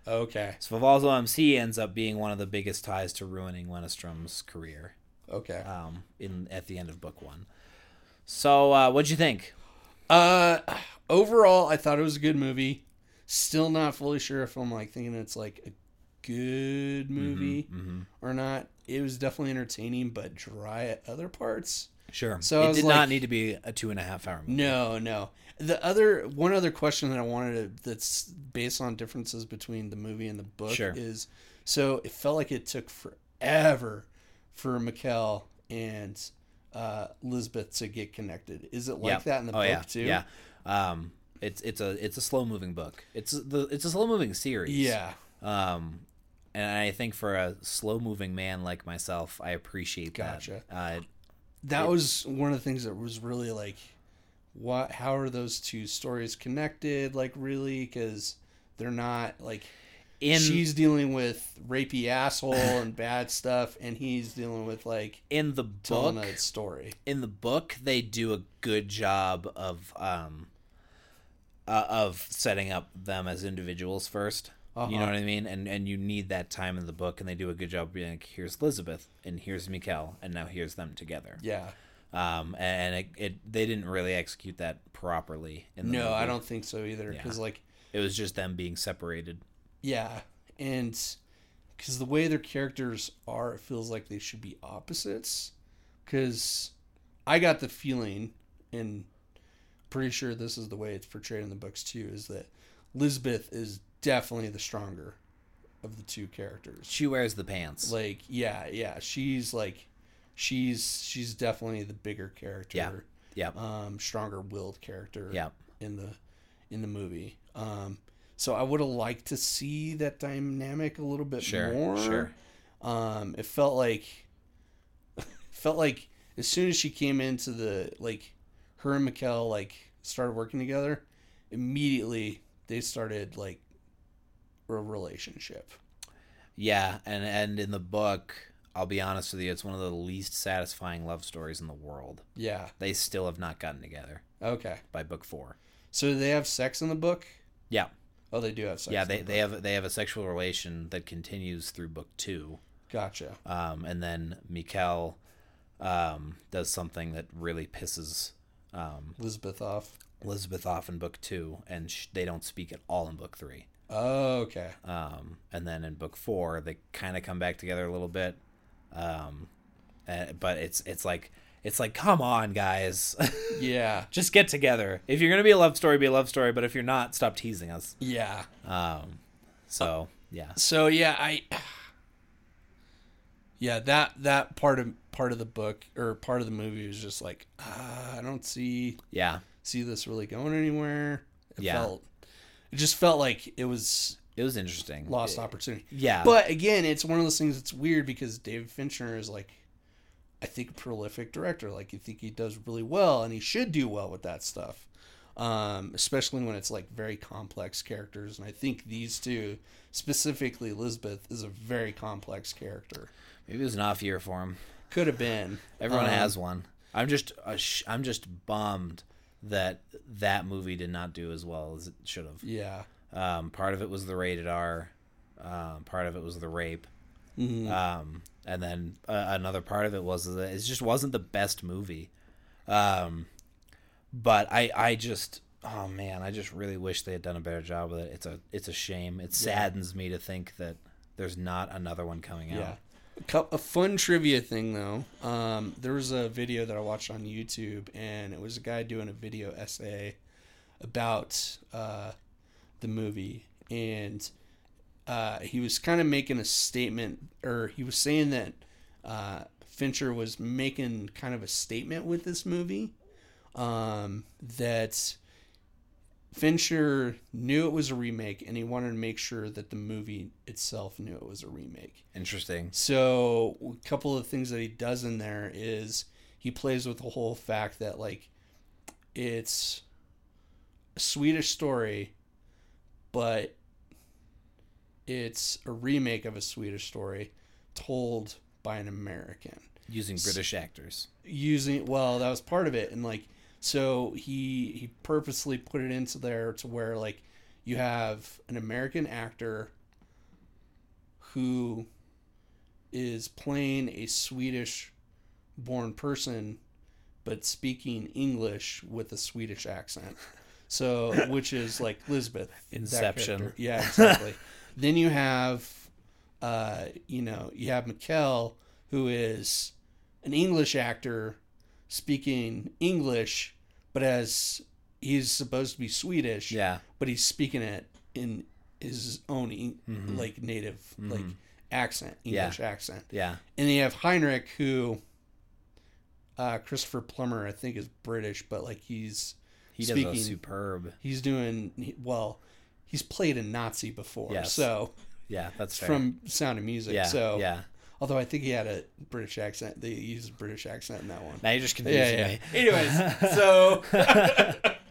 [SPEAKER 2] Okay.
[SPEAKER 1] Sfaval's MC ends up being one of the biggest ties to ruining Wenestrom's career.
[SPEAKER 2] Okay.
[SPEAKER 1] um, in at the end of book one. So, uh, what'd you think?
[SPEAKER 2] Uh, overall, I thought it was a good movie. Still not fully sure if I'm like thinking it's like a
[SPEAKER 1] Mm-hmm.
[SPEAKER 2] good movie or not. It was definitely entertaining, but dry at other parts.
[SPEAKER 1] Sure.
[SPEAKER 2] So I
[SPEAKER 1] it
[SPEAKER 2] was
[SPEAKER 1] did
[SPEAKER 2] like-
[SPEAKER 1] not need to be a two and a half hour movie.
[SPEAKER 2] No, no. The other one other question that I wanted to that's based on differences between the movie and the book
[SPEAKER 1] Sure.
[SPEAKER 2] is so it felt like it took forever for Mikkel and uh, Lisbeth to get connected. Is it like
[SPEAKER 1] Yeah.
[SPEAKER 2] that in the
[SPEAKER 1] oh,
[SPEAKER 2] book
[SPEAKER 1] yeah.
[SPEAKER 2] too?
[SPEAKER 1] Yeah. Um, it's it's a it's a slow moving book. It's the it's a slow moving series.
[SPEAKER 2] Yeah.
[SPEAKER 1] Um, and I think for a slow moving man like myself, I appreciate
[SPEAKER 2] Gotcha.
[SPEAKER 1] that. Uh,
[SPEAKER 2] That was one of the things that was really like, what? How are those two stories connected? Like really, because they're not like
[SPEAKER 1] in
[SPEAKER 2] she's dealing with rapey asshole and bad stuff, and he's dealing with like
[SPEAKER 1] in the
[SPEAKER 2] telling
[SPEAKER 1] book,
[SPEAKER 2] a story.
[SPEAKER 1] in the book they do a good job of um uh, of setting up them as individuals 1st You know
[SPEAKER 2] Uh-huh.
[SPEAKER 1] what I mean? And and you need that time in the book and they do a good job of being like here's Elizabeth and here's Mikkel and now here's them together.
[SPEAKER 2] Yeah.
[SPEAKER 1] Um and it, it they didn't really execute that properly in the
[SPEAKER 2] No, I
[SPEAKER 1] movie.
[SPEAKER 2] don't think so either.
[SPEAKER 1] Yeah.
[SPEAKER 2] Because like
[SPEAKER 1] It was just them being separated.
[SPEAKER 2] Yeah, and because the way their characters are, it feels like they should be opposites. Because I got the feeling, and pretty sure this is the way it's portrayed in the books too, is that Lisbeth is definitely the stronger of the two characters.
[SPEAKER 1] She wears the pants.
[SPEAKER 2] Like, yeah, yeah, she's like, she's she's definitely the bigger character,
[SPEAKER 1] Yeah. yep.
[SPEAKER 2] um, stronger willed character
[SPEAKER 1] yep.
[SPEAKER 2] in the in the movie. Um, so I would have liked to see that dynamic a little bit
[SPEAKER 1] Sure.
[SPEAKER 2] more.
[SPEAKER 1] Sure.
[SPEAKER 2] Um, it felt like felt like as soon as she came into the like her and Mikkel like started working together, immediately they started like a relationship.
[SPEAKER 1] Yeah, and and in the book, I'll be honest with you, it's one of the least satisfying love stories in the world.
[SPEAKER 2] Yeah.
[SPEAKER 1] They still have not gotten together
[SPEAKER 2] Okay.
[SPEAKER 1] by book four.
[SPEAKER 2] So they have sex in the book?
[SPEAKER 1] Yeah,
[SPEAKER 2] Oh, they do have sex.
[SPEAKER 1] yeah,
[SPEAKER 2] in
[SPEAKER 1] they,
[SPEAKER 2] the
[SPEAKER 1] they
[SPEAKER 2] book.
[SPEAKER 1] have they have a sexual relation that continues through book two,
[SPEAKER 2] Gotcha.
[SPEAKER 1] um, and then Mikkel um, does something that really pisses um,
[SPEAKER 2] Elizabeth off.
[SPEAKER 1] Elizabeth off in book two, and sh- they don't speak at all in book three.
[SPEAKER 2] Oh, okay.
[SPEAKER 1] Um, and then in book four, they kind of come back together a little bit. Um, eh, but it's it's like it's like come on, guys,
[SPEAKER 2] Yeah.
[SPEAKER 1] just get together. If you're gonna be a love story, be a love story. But if you're not, stop teasing us.
[SPEAKER 2] Yeah.
[SPEAKER 1] Um, so yeah,
[SPEAKER 2] so yeah i yeah that that part of part of the book or part of the movie was just like ah, i don't see
[SPEAKER 1] yeah,
[SPEAKER 2] see this really going anywhere it
[SPEAKER 1] Yeah.
[SPEAKER 2] felt it just felt like it was
[SPEAKER 1] it was interesting.
[SPEAKER 2] lost opportunity
[SPEAKER 1] Yeah,
[SPEAKER 2] but again it's one of those things that's weird because david fincher is like i think a prolific director like you think he does really well and he should do well with that stuff um, especially when it's like very complex characters and i think these two specifically elizabeth is a very complex character
[SPEAKER 1] maybe it was an off year for him.
[SPEAKER 2] could have been
[SPEAKER 1] Everyone
[SPEAKER 2] Um,
[SPEAKER 1] has one. I'm just uh, sh- I'm just bummed that that movie did not do as well as it should have.
[SPEAKER 2] yeah
[SPEAKER 1] Um, part of it was the rated R. Um, part of it was the rape.
[SPEAKER 2] Mm-hmm.
[SPEAKER 1] Um, and then uh, another part of it was that it just wasn't the best movie. Um, but I, I just, oh man, I just really wish they had done a better job with it. It's a, it's a shame. It saddens me to think that there's not another one coming
[SPEAKER 2] yeah
[SPEAKER 1] out.
[SPEAKER 2] a, cou- a fun trivia thing though um, there was a video that i watched on youtube and it was a guy doing a video essay about uh, the movie and uh, he was kind of making a statement or he was saying that uh, fincher was making kind of a statement with this movie um, that fincher knew it was a remake and he wanted to make sure that the movie itself knew it was a remake
[SPEAKER 1] Interesting.
[SPEAKER 2] so a couple of things that he does in there is he plays with the whole fact that like it's a Swedish story, but it's a remake of a Swedish story told by an American
[SPEAKER 1] Using British actors.
[SPEAKER 2] using well that was part of it and like so he he purposely put it into there to where like you have an american actor who is playing a swedish born person but speaking english with a swedish accent so which is like lisbeth that
[SPEAKER 1] Inception.
[SPEAKER 2] character. yeah exactly then you have uh you know you have Mikkel who is an English actor speaking English, but as he's supposed to be Swedish,
[SPEAKER 1] Yeah.
[SPEAKER 2] but he's speaking it in his own en- like native like accent, English accent.
[SPEAKER 1] Mm-hmm. Yeah.
[SPEAKER 2] And they have Heinrich, who uh, Christopher Plummer, I think, is British, but like he's
[SPEAKER 1] He
[SPEAKER 2] Speaking-
[SPEAKER 1] does a superb.
[SPEAKER 2] he's doing well. He's played a Nazi before,
[SPEAKER 1] Yes.
[SPEAKER 2] so
[SPEAKER 1] Yeah, that's fair.
[SPEAKER 2] from Sound of Music.
[SPEAKER 1] yeah,
[SPEAKER 2] so
[SPEAKER 1] yeah.
[SPEAKER 2] although I think he had a British accent, they used a British accent in that one.
[SPEAKER 1] Now you're just confusing
[SPEAKER 2] Yeah, yeah.
[SPEAKER 1] me.
[SPEAKER 2] Anyways, so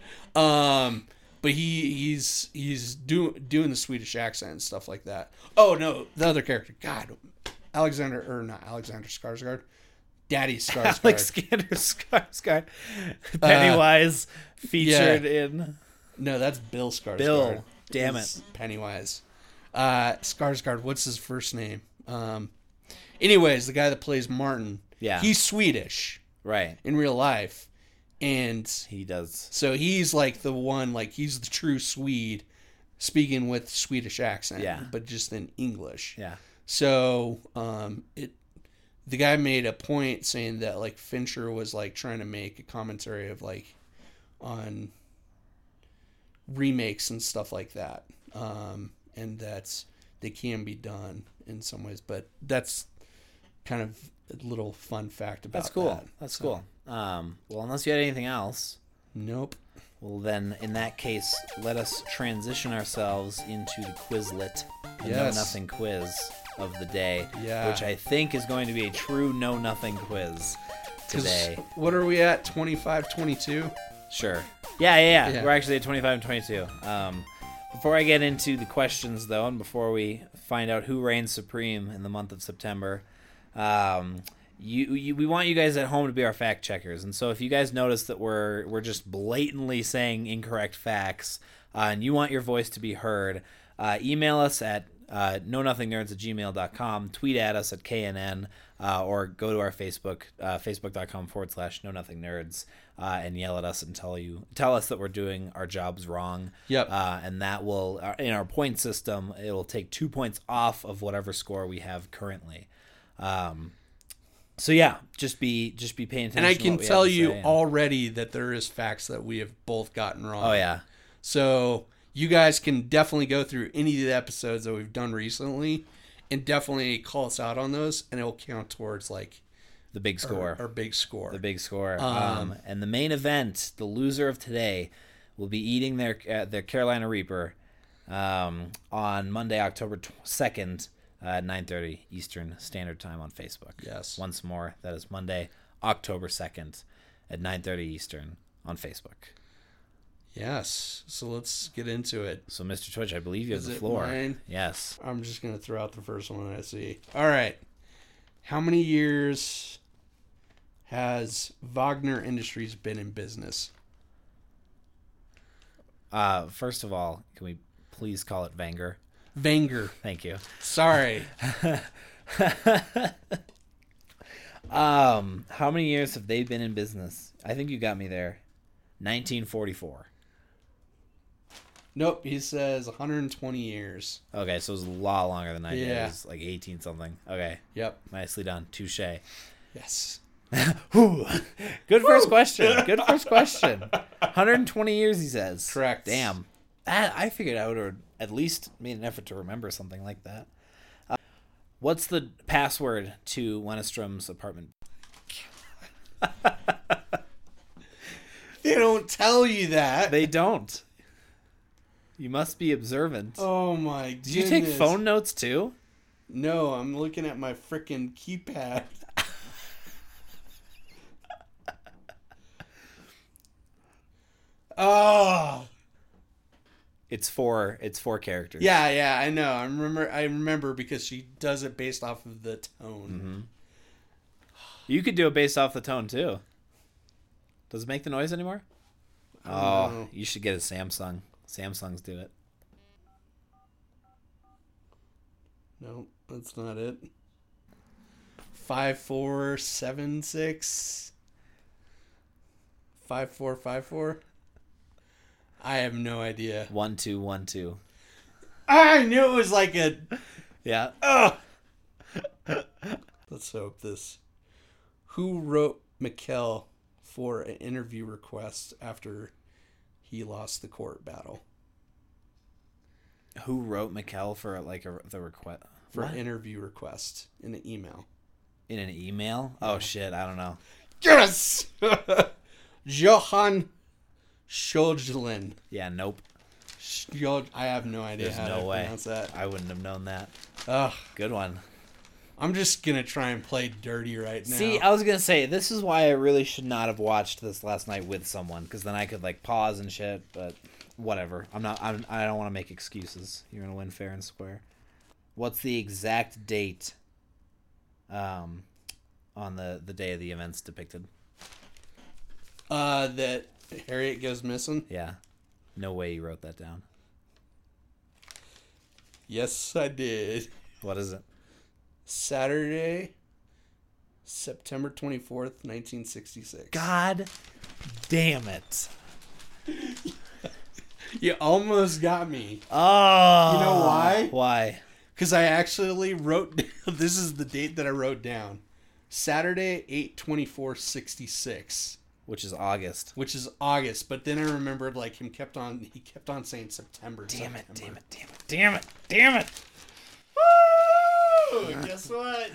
[SPEAKER 2] um, but he he's he's doing doing the Swedish accent and stuff like that. Oh no, the other character, God, Alexander or not Alexander Skarsgård, Daddy Skarsgård.
[SPEAKER 1] Alexander Skarsgård, Pennywise, featured in
[SPEAKER 2] no, Uh, that's Bill Skarsgård.
[SPEAKER 1] Bill. Damn
[SPEAKER 2] It's
[SPEAKER 1] it.
[SPEAKER 2] Pennywise. Uh, Skarsgård. What's his first name? Um, anyways, the guy that plays Martin.
[SPEAKER 1] Yeah.
[SPEAKER 2] he's Swedish
[SPEAKER 1] Right.
[SPEAKER 2] in real life, and
[SPEAKER 1] He does.
[SPEAKER 2] So he's like the one, like he's the true Swede, speaking with Swedish accent,
[SPEAKER 1] Yeah.
[SPEAKER 2] but just in English.
[SPEAKER 1] Yeah.
[SPEAKER 2] So um, it, the guy made a point saying that like Fincher was like trying to make a commentary of like on remakes and stuff like that, um, and that's they can be done in some ways, but that's kind of a little fun fact about
[SPEAKER 1] That's cool.
[SPEAKER 2] that.
[SPEAKER 1] That's cool. Um, well, unless you had anything else,
[SPEAKER 2] Nope.
[SPEAKER 1] well, then in that case, let us transition ourselves into the Quizlet, the Know
[SPEAKER 2] Yes.
[SPEAKER 1] Nothing quiz of the day,
[SPEAKER 2] Yeah.
[SPEAKER 1] which I think is going to be a true Know Nothing quiz
[SPEAKER 2] 'Cause
[SPEAKER 1] today.
[SPEAKER 2] What are we at? 25, 22?
[SPEAKER 1] Sure. Yeah, yeah, yeah,
[SPEAKER 2] Yeah.
[SPEAKER 1] We're actually at 25 and 22. Um, before I get into the questions, though, and before we find out who reigns supreme in the month of September, um, you, you we want you guys at home to be our fact checkers. And so if you guys notice that we're we're just blatantly saying incorrect facts, uh, and you want your voice to be heard, uh, email us at uh, know nothing nerds at gmail.com tweet at us at knn uh, or go to our facebook uh, facebook.com forward slash know nothing nerds uh, and yell at us and tell you tell us that we're doing our jobs wrong
[SPEAKER 2] Yep.
[SPEAKER 1] uh, and that will uh, in our point system it'll take two points off of whatever score we have currently um, so yeah just be just be paying attention
[SPEAKER 2] And I
[SPEAKER 1] to
[SPEAKER 2] can
[SPEAKER 1] what we
[SPEAKER 2] tell
[SPEAKER 1] have to
[SPEAKER 2] you
[SPEAKER 1] say.
[SPEAKER 2] already that there is facts that we have both gotten wrong.
[SPEAKER 1] oh yeah
[SPEAKER 2] So you guys can definitely go through any of the episodes that we've done recently and definitely call us out on those and it'll count towards like
[SPEAKER 1] the big score
[SPEAKER 2] our big score.
[SPEAKER 1] The big score. Um, and the main event, the loser of today, will be eating their uh, their Carolina Reaper um, on Monday, October second, uh, nine thirty Eastern Standard Time on Facebook.
[SPEAKER 2] Yes.
[SPEAKER 1] Once more, that is Monday, October second, at nine thirty Eastern on Facebook.
[SPEAKER 2] yes. So let's get into it.
[SPEAKER 1] So, Mr. Twitch, I believe you have
[SPEAKER 2] Is
[SPEAKER 1] the
[SPEAKER 2] it
[SPEAKER 1] floor.
[SPEAKER 2] mine?
[SPEAKER 1] Yes.
[SPEAKER 2] I'm just going to throw out the first one I see. All right. How many years has Wagner Industries been in business?
[SPEAKER 1] Uh, first of all, can we please call it Vanger?
[SPEAKER 2] Vanger.
[SPEAKER 1] Thank you.
[SPEAKER 2] Sorry.
[SPEAKER 1] Um, how many years have they been in business? I think you got me there. 1944.
[SPEAKER 2] Nope, he says 120 years.
[SPEAKER 1] Okay, so it was a lot longer than I did.
[SPEAKER 2] Yeah.
[SPEAKER 1] It was like 18 something. Okay,
[SPEAKER 2] Yep.
[SPEAKER 1] nicely done. Touche.
[SPEAKER 2] Yes.
[SPEAKER 1] Whew. Good first question. Good first question. 120 years, he says.
[SPEAKER 2] Correct.
[SPEAKER 1] Damn. That, I figured I would have at least made an effort to remember something like that. Uh, what's the password to Wennestrom's apartment?
[SPEAKER 2] They don't tell you that.
[SPEAKER 1] They don't. You must be observant.
[SPEAKER 2] oh my god.
[SPEAKER 1] Did you take phone notes too?
[SPEAKER 2] No, I'm looking at my freaking keypad. oh.
[SPEAKER 1] It's four. It's four characters.
[SPEAKER 2] Yeah, yeah, I know. I remember I remember because she does it based off of the tone.
[SPEAKER 1] You could do it based off the tone too. Does it make the noise anymore?
[SPEAKER 2] don't
[SPEAKER 1] Oh,
[SPEAKER 2] know.
[SPEAKER 1] you should get a Samsung. Samsungs do it.
[SPEAKER 2] No, that's not it. 5476 5454 I have no idea.
[SPEAKER 1] One two one two.
[SPEAKER 2] I knew it was like a
[SPEAKER 1] Yeah.
[SPEAKER 2] Ugh. Let's hope this. Who wrote McKell for an interview request after he lost the court battle?
[SPEAKER 1] Who wrote Mikkel for like a, the request?
[SPEAKER 2] for
[SPEAKER 1] What?
[SPEAKER 2] interview request in an email.
[SPEAKER 1] in an email. Oh shit, I don't know.
[SPEAKER 2] Yes! Johan Sjodlin.
[SPEAKER 1] Yeah, nope.
[SPEAKER 2] Sjod- I have no idea
[SPEAKER 1] There's
[SPEAKER 2] how
[SPEAKER 1] no
[SPEAKER 2] to
[SPEAKER 1] way.
[SPEAKER 2] pronounce that.
[SPEAKER 1] I wouldn't have known that.
[SPEAKER 2] Ugh,
[SPEAKER 1] Good one.
[SPEAKER 2] I'm just going to try and play dirty right now.
[SPEAKER 1] See, I was gonna say this is why I really should not have watched this last night with someone, because then I could like pause and shit. But whatever, I'm not. I'm, I don't want to make excuses. You're gonna win fair and square. What's the exact date? Um, on the the day of the events depicted.
[SPEAKER 2] uh, that Harriet goes missing?
[SPEAKER 1] Yeah, no way you wrote that down.
[SPEAKER 2] Yes, I did.
[SPEAKER 1] What is it?
[SPEAKER 2] Saturday, September 24th, 1966.
[SPEAKER 1] God damn it!
[SPEAKER 2] You almost got me.
[SPEAKER 1] Oh,
[SPEAKER 2] You know why?
[SPEAKER 1] Why?
[SPEAKER 2] Because I actually wrote this is the date that I wrote down. Saturday, 8 24 66.
[SPEAKER 1] Which is August.
[SPEAKER 2] which is August. But then I remembered like him kept on he kept on saying September.
[SPEAKER 1] Damn it!
[SPEAKER 2] September.
[SPEAKER 1] Damn it! Damn it! Damn it! Damn it!
[SPEAKER 2] Woo! Oh, Guess what?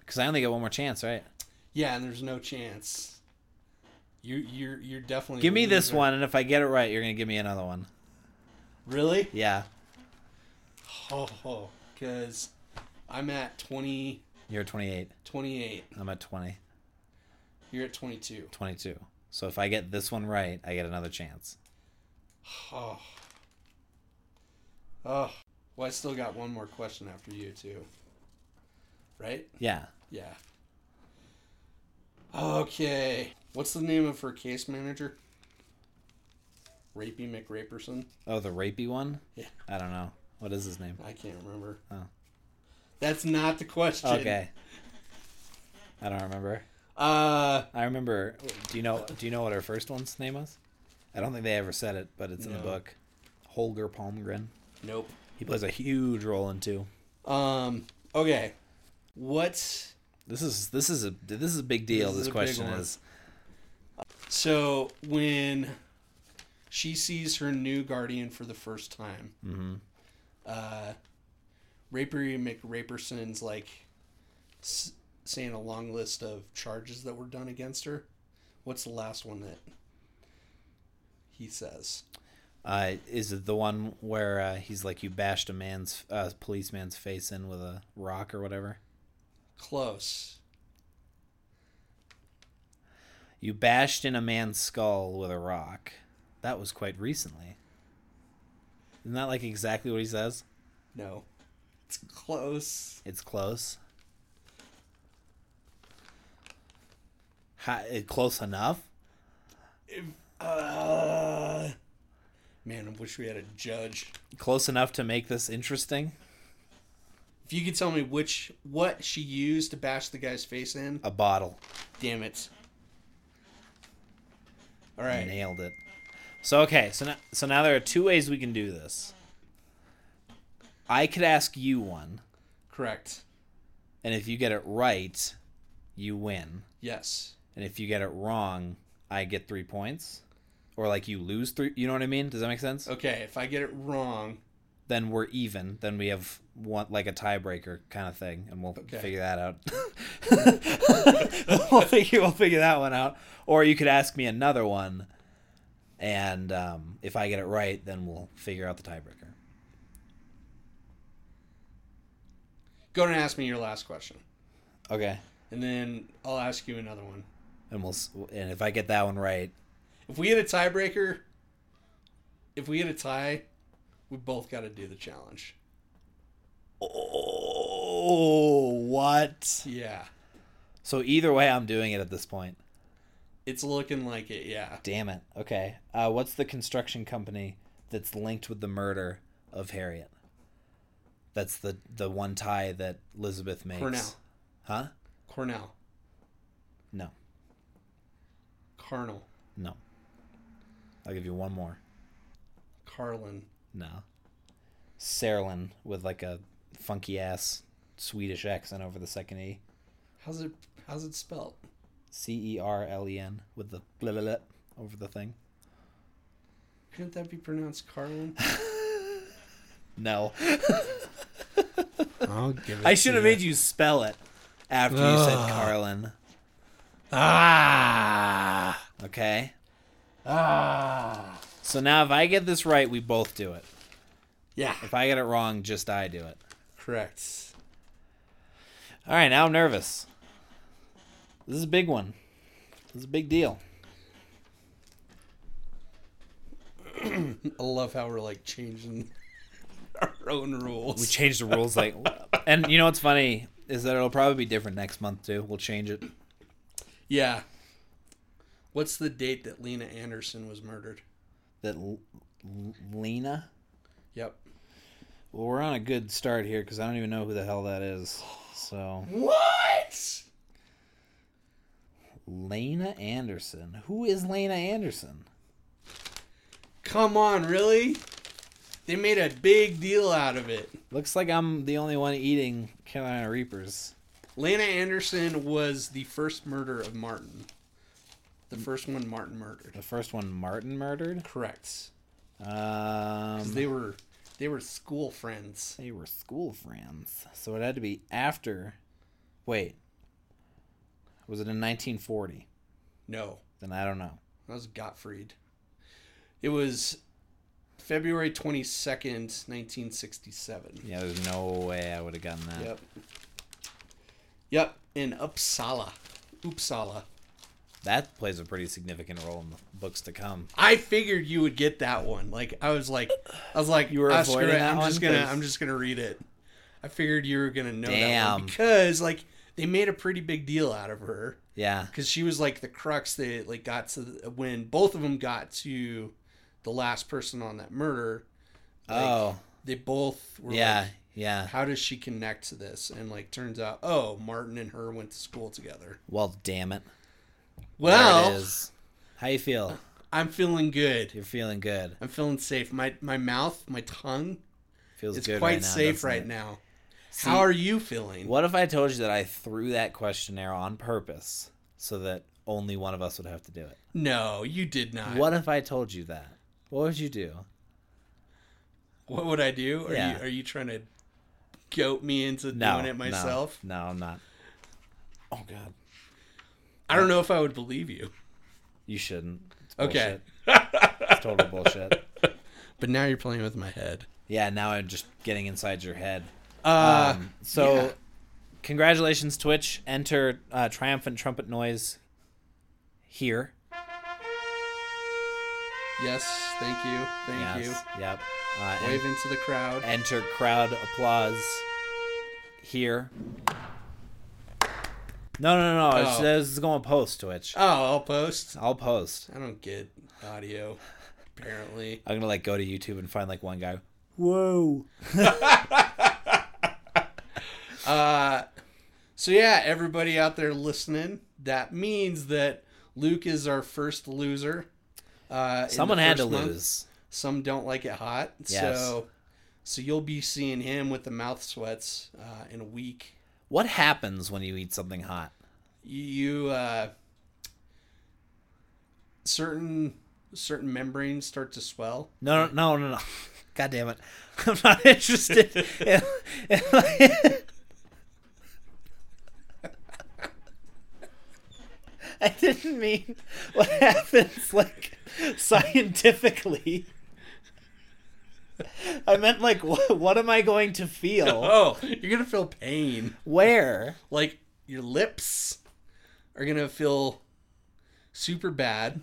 [SPEAKER 1] Because I only get one more chance, right?
[SPEAKER 2] Yeah, and there's no chance. You you're you're definitely
[SPEAKER 1] Give me
[SPEAKER 2] the
[SPEAKER 1] this
[SPEAKER 2] loser.
[SPEAKER 1] one, and if I get it right, you're gonna give me another one.
[SPEAKER 2] Really?
[SPEAKER 1] Yeah,
[SPEAKER 2] Oh, because I'm at 20,
[SPEAKER 1] you're 28.
[SPEAKER 2] 28.
[SPEAKER 1] I'm at 20,
[SPEAKER 2] You're at 22.
[SPEAKER 1] 22. So if I get this one right, I get another chance.
[SPEAKER 2] Oh. Oh. Well, I still got one more question after you too. Right?
[SPEAKER 1] Yeah,
[SPEAKER 2] Yeah. Okay. What's the name of her case manager? Rapey McRaperson?
[SPEAKER 1] Oh, the rapey one?
[SPEAKER 2] Yeah.
[SPEAKER 1] I don't know. What is his name?
[SPEAKER 2] I can't remember.
[SPEAKER 1] Oh.
[SPEAKER 2] That's not the question.
[SPEAKER 1] Okay. I don't remember.
[SPEAKER 2] Uh,
[SPEAKER 1] I remember. Do you know? Do you know what her first one's name was? I don't think they ever said it, but it's in the
[SPEAKER 2] No.
[SPEAKER 1] book. Holger Palmgren.
[SPEAKER 2] nope.
[SPEAKER 1] He plays a huge role in two.
[SPEAKER 2] Um, okay. What?
[SPEAKER 1] This is this is a this is a big deal.
[SPEAKER 2] This
[SPEAKER 1] This,
[SPEAKER 2] is a big
[SPEAKER 1] question
[SPEAKER 2] one.
[SPEAKER 1] is.
[SPEAKER 2] So, when she sees her new guardian for the first time,
[SPEAKER 1] Mm-hmm.
[SPEAKER 2] uh, Rapery McRaperson's like s- saying a long list of charges that were done against her. What's the last one that he says?
[SPEAKER 1] Uh, is it the one where uh, he's like you bashed a man's uh, policeman's face in with a rock or whatever?
[SPEAKER 2] Close.
[SPEAKER 1] You bashed in a man's skull with a rock. That was quite recently. Isn't that like exactly what he says?
[SPEAKER 2] No. It's close.
[SPEAKER 1] It's close. Ha- eh, close enough.
[SPEAKER 2] Uh, man, I wish we had a judge.
[SPEAKER 1] Close enough to make this interesting.
[SPEAKER 2] If you could tell me which what she used to bash the guy's face in,
[SPEAKER 1] A bottle.
[SPEAKER 2] damn it. All
[SPEAKER 1] I
[SPEAKER 2] right.
[SPEAKER 1] Nailed it. So okay, so now, so now there are two ways we can do this. I could ask you one.
[SPEAKER 2] Correct.
[SPEAKER 1] And if you get it right, you win.
[SPEAKER 2] Yes.
[SPEAKER 1] And if you get it wrong, I get three points. Or like you lose three. You know what I mean? Does that make sense?
[SPEAKER 2] Okay, if I get it wrong,
[SPEAKER 1] Then we're even. Then we have one like a tiebreaker kind of thing, and we'll
[SPEAKER 2] Okay.
[SPEAKER 1] figure that out. we'll figure we'll figure that one out. Or you could ask me another one, and um, if I get it right, then we'll figure out the tiebreaker.
[SPEAKER 2] go and ask me your last question.
[SPEAKER 1] Okay.
[SPEAKER 2] And then I'll ask you another one.
[SPEAKER 1] And we'll s- and if I get that one right,
[SPEAKER 2] If we hit a tiebreaker, if we hit a tie, we both got to do the challenge.
[SPEAKER 1] oh what?
[SPEAKER 2] Yeah.
[SPEAKER 1] So either way, I'm doing it at this point.
[SPEAKER 2] It's looking like it, yeah.
[SPEAKER 1] Damn it. Okay. Uh, what's the construction company that's linked with the murder of Harriet? That's the the one tie that Elizabeth makes.
[SPEAKER 2] Cornell.
[SPEAKER 1] Huh?
[SPEAKER 2] Cornell.
[SPEAKER 1] No.
[SPEAKER 2] Carnal.
[SPEAKER 1] No. I'll give you one more.
[SPEAKER 2] Carlin.
[SPEAKER 1] No. Serlin with like a funky ass Swedish accent over the second E.
[SPEAKER 2] How's it how's it spelled?
[SPEAKER 1] C E R L E N with the blah, blah, blah over the thing.
[SPEAKER 2] Couldn't that be pronounced Carlin?
[SPEAKER 1] No.
[SPEAKER 2] I'll give it.
[SPEAKER 1] I should have made you spell it after you said Carlin.
[SPEAKER 3] Ah.
[SPEAKER 1] Okay? Ah. So now if I get this right, we both do it.
[SPEAKER 2] Yeah,
[SPEAKER 1] If I get it wrong, just I do it.
[SPEAKER 2] correct.
[SPEAKER 1] All right, now I'm nervous. This is a big one. This is a big deal.
[SPEAKER 2] I love how we're like changing our own rules.
[SPEAKER 1] We changed the rules like and you know what's funny is that it'll probably be different next month too. We'll change it.
[SPEAKER 2] yeah. What's the date that Lena Anderson was murdered?
[SPEAKER 1] That L- L- Lena.
[SPEAKER 2] Yep.
[SPEAKER 1] Well, we're on a good start here because I don't even know who the hell that is. So
[SPEAKER 2] What?
[SPEAKER 1] Lena Anderson. Who is Lena Anderson?
[SPEAKER 2] Come on, really? They made a big deal out of it.
[SPEAKER 1] Looks like I'm the only one eating Carolina Reapers.
[SPEAKER 2] Lena Anderson was the first murder of Martin. The first one Martin murdered.
[SPEAKER 1] The first one Martin murdered.
[SPEAKER 2] Correct.
[SPEAKER 1] Um,
[SPEAKER 2] They were they were school friends.
[SPEAKER 1] They were school friends. So it had to be after. Wait. Was it in 1940?
[SPEAKER 2] No,
[SPEAKER 1] Then I don't know.
[SPEAKER 2] that was Gottfried. It was February twenty second, nineteen sixty seven.
[SPEAKER 1] Yeah, there's no way I would have gotten that.
[SPEAKER 2] Yep. Yep, in Uppsala. Uppsala.
[SPEAKER 1] That plays a pretty significant role in the books to come.
[SPEAKER 2] I figured you would get that one. Like I was like, I was like,
[SPEAKER 1] You were
[SPEAKER 2] "Ah, screw
[SPEAKER 1] avoiding
[SPEAKER 2] it.
[SPEAKER 1] that
[SPEAKER 2] I'm just
[SPEAKER 1] one
[SPEAKER 2] gonna,
[SPEAKER 1] 'cause-
[SPEAKER 2] I'm just gonna read it. I figured you were gonna know that
[SPEAKER 1] Damn.
[SPEAKER 2] one because like they made a pretty big deal out of her
[SPEAKER 1] Yeah.
[SPEAKER 2] because she was like the crux that like got to the, when both of them got to the last person on that murder. Like,
[SPEAKER 1] oh,
[SPEAKER 2] They both were
[SPEAKER 1] yeah,
[SPEAKER 2] like,
[SPEAKER 1] yeah.
[SPEAKER 2] how does she connect to this? And like turns out, oh, Martin and her went to school together.
[SPEAKER 1] Well, damn it. There it
[SPEAKER 2] Well,
[SPEAKER 1] is. How you feel?
[SPEAKER 2] I'm feeling good.
[SPEAKER 1] You're feeling good.
[SPEAKER 2] I'm feeling safe. My my mouth, my tongue.
[SPEAKER 1] Feels
[SPEAKER 2] It's
[SPEAKER 1] good
[SPEAKER 2] quite
[SPEAKER 1] right now,
[SPEAKER 2] safe
[SPEAKER 1] doesn't
[SPEAKER 2] right
[SPEAKER 1] it?
[SPEAKER 2] now.
[SPEAKER 1] See,
[SPEAKER 2] How are you feeling?
[SPEAKER 1] What if I told you that I threw that questionnaire on purpose so that only one of us would have to do it?
[SPEAKER 2] No, you did not. What?
[SPEAKER 1] What if I told you that? What would you do?
[SPEAKER 2] What would I do? Are
[SPEAKER 1] Yeah.
[SPEAKER 2] you are you trying to goat me into doing it myself?
[SPEAKER 1] No, I'm not. Oh God,
[SPEAKER 2] I don't know if I would believe you.
[SPEAKER 1] you shouldn't. It's
[SPEAKER 2] Okay.
[SPEAKER 1] bullshit. it's total bullshit.
[SPEAKER 2] But now you're playing with my head.
[SPEAKER 1] Yeah, now I'm just getting inside your head.
[SPEAKER 2] Uh,
[SPEAKER 1] Um, so,
[SPEAKER 2] yeah.
[SPEAKER 1] congratulations, Twitch. Enter uh, triumphant trumpet noise here.
[SPEAKER 2] yes, thank you. Thank
[SPEAKER 1] yes. Yep. Uh,
[SPEAKER 2] you.
[SPEAKER 1] and
[SPEAKER 2] Wave into the crowd.
[SPEAKER 1] enter crowd applause here. No, no, no, no. It's,
[SPEAKER 2] Oh.
[SPEAKER 1] this is going post Twitch.
[SPEAKER 2] Oh, I'll post.
[SPEAKER 1] I'll post.
[SPEAKER 2] I don't get audio apparently.
[SPEAKER 1] I'm gonna like go to YouTube and find like one guy. Whoa.
[SPEAKER 2] Uh so yeah, everybody out there listening, that means that Luke is our first loser. Uh, in the
[SPEAKER 1] Someone had to
[SPEAKER 2] first month.
[SPEAKER 1] lose.
[SPEAKER 2] some don't like it hot
[SPEAKER 1] Yes.
[SPEAKER 2] so so you'll be seeing him with the mouth sweats uh, in a week
[SPEAKER 1] What happens when you eat something hot?
[SPEAKER 2] you, you uh certain certain membranes start to swell
[SPEAKER 1] No, no, no, no. no. God damn it. I'm not interested. in- in- I didn't mean what happens like scientifically. I meant like what, what am I going to feel?
[SPEAKER 2] oh you're gonna feel pain
[SPEAKER 1] Where?
[SPEAKER 2] like your lips are gonna feel super bad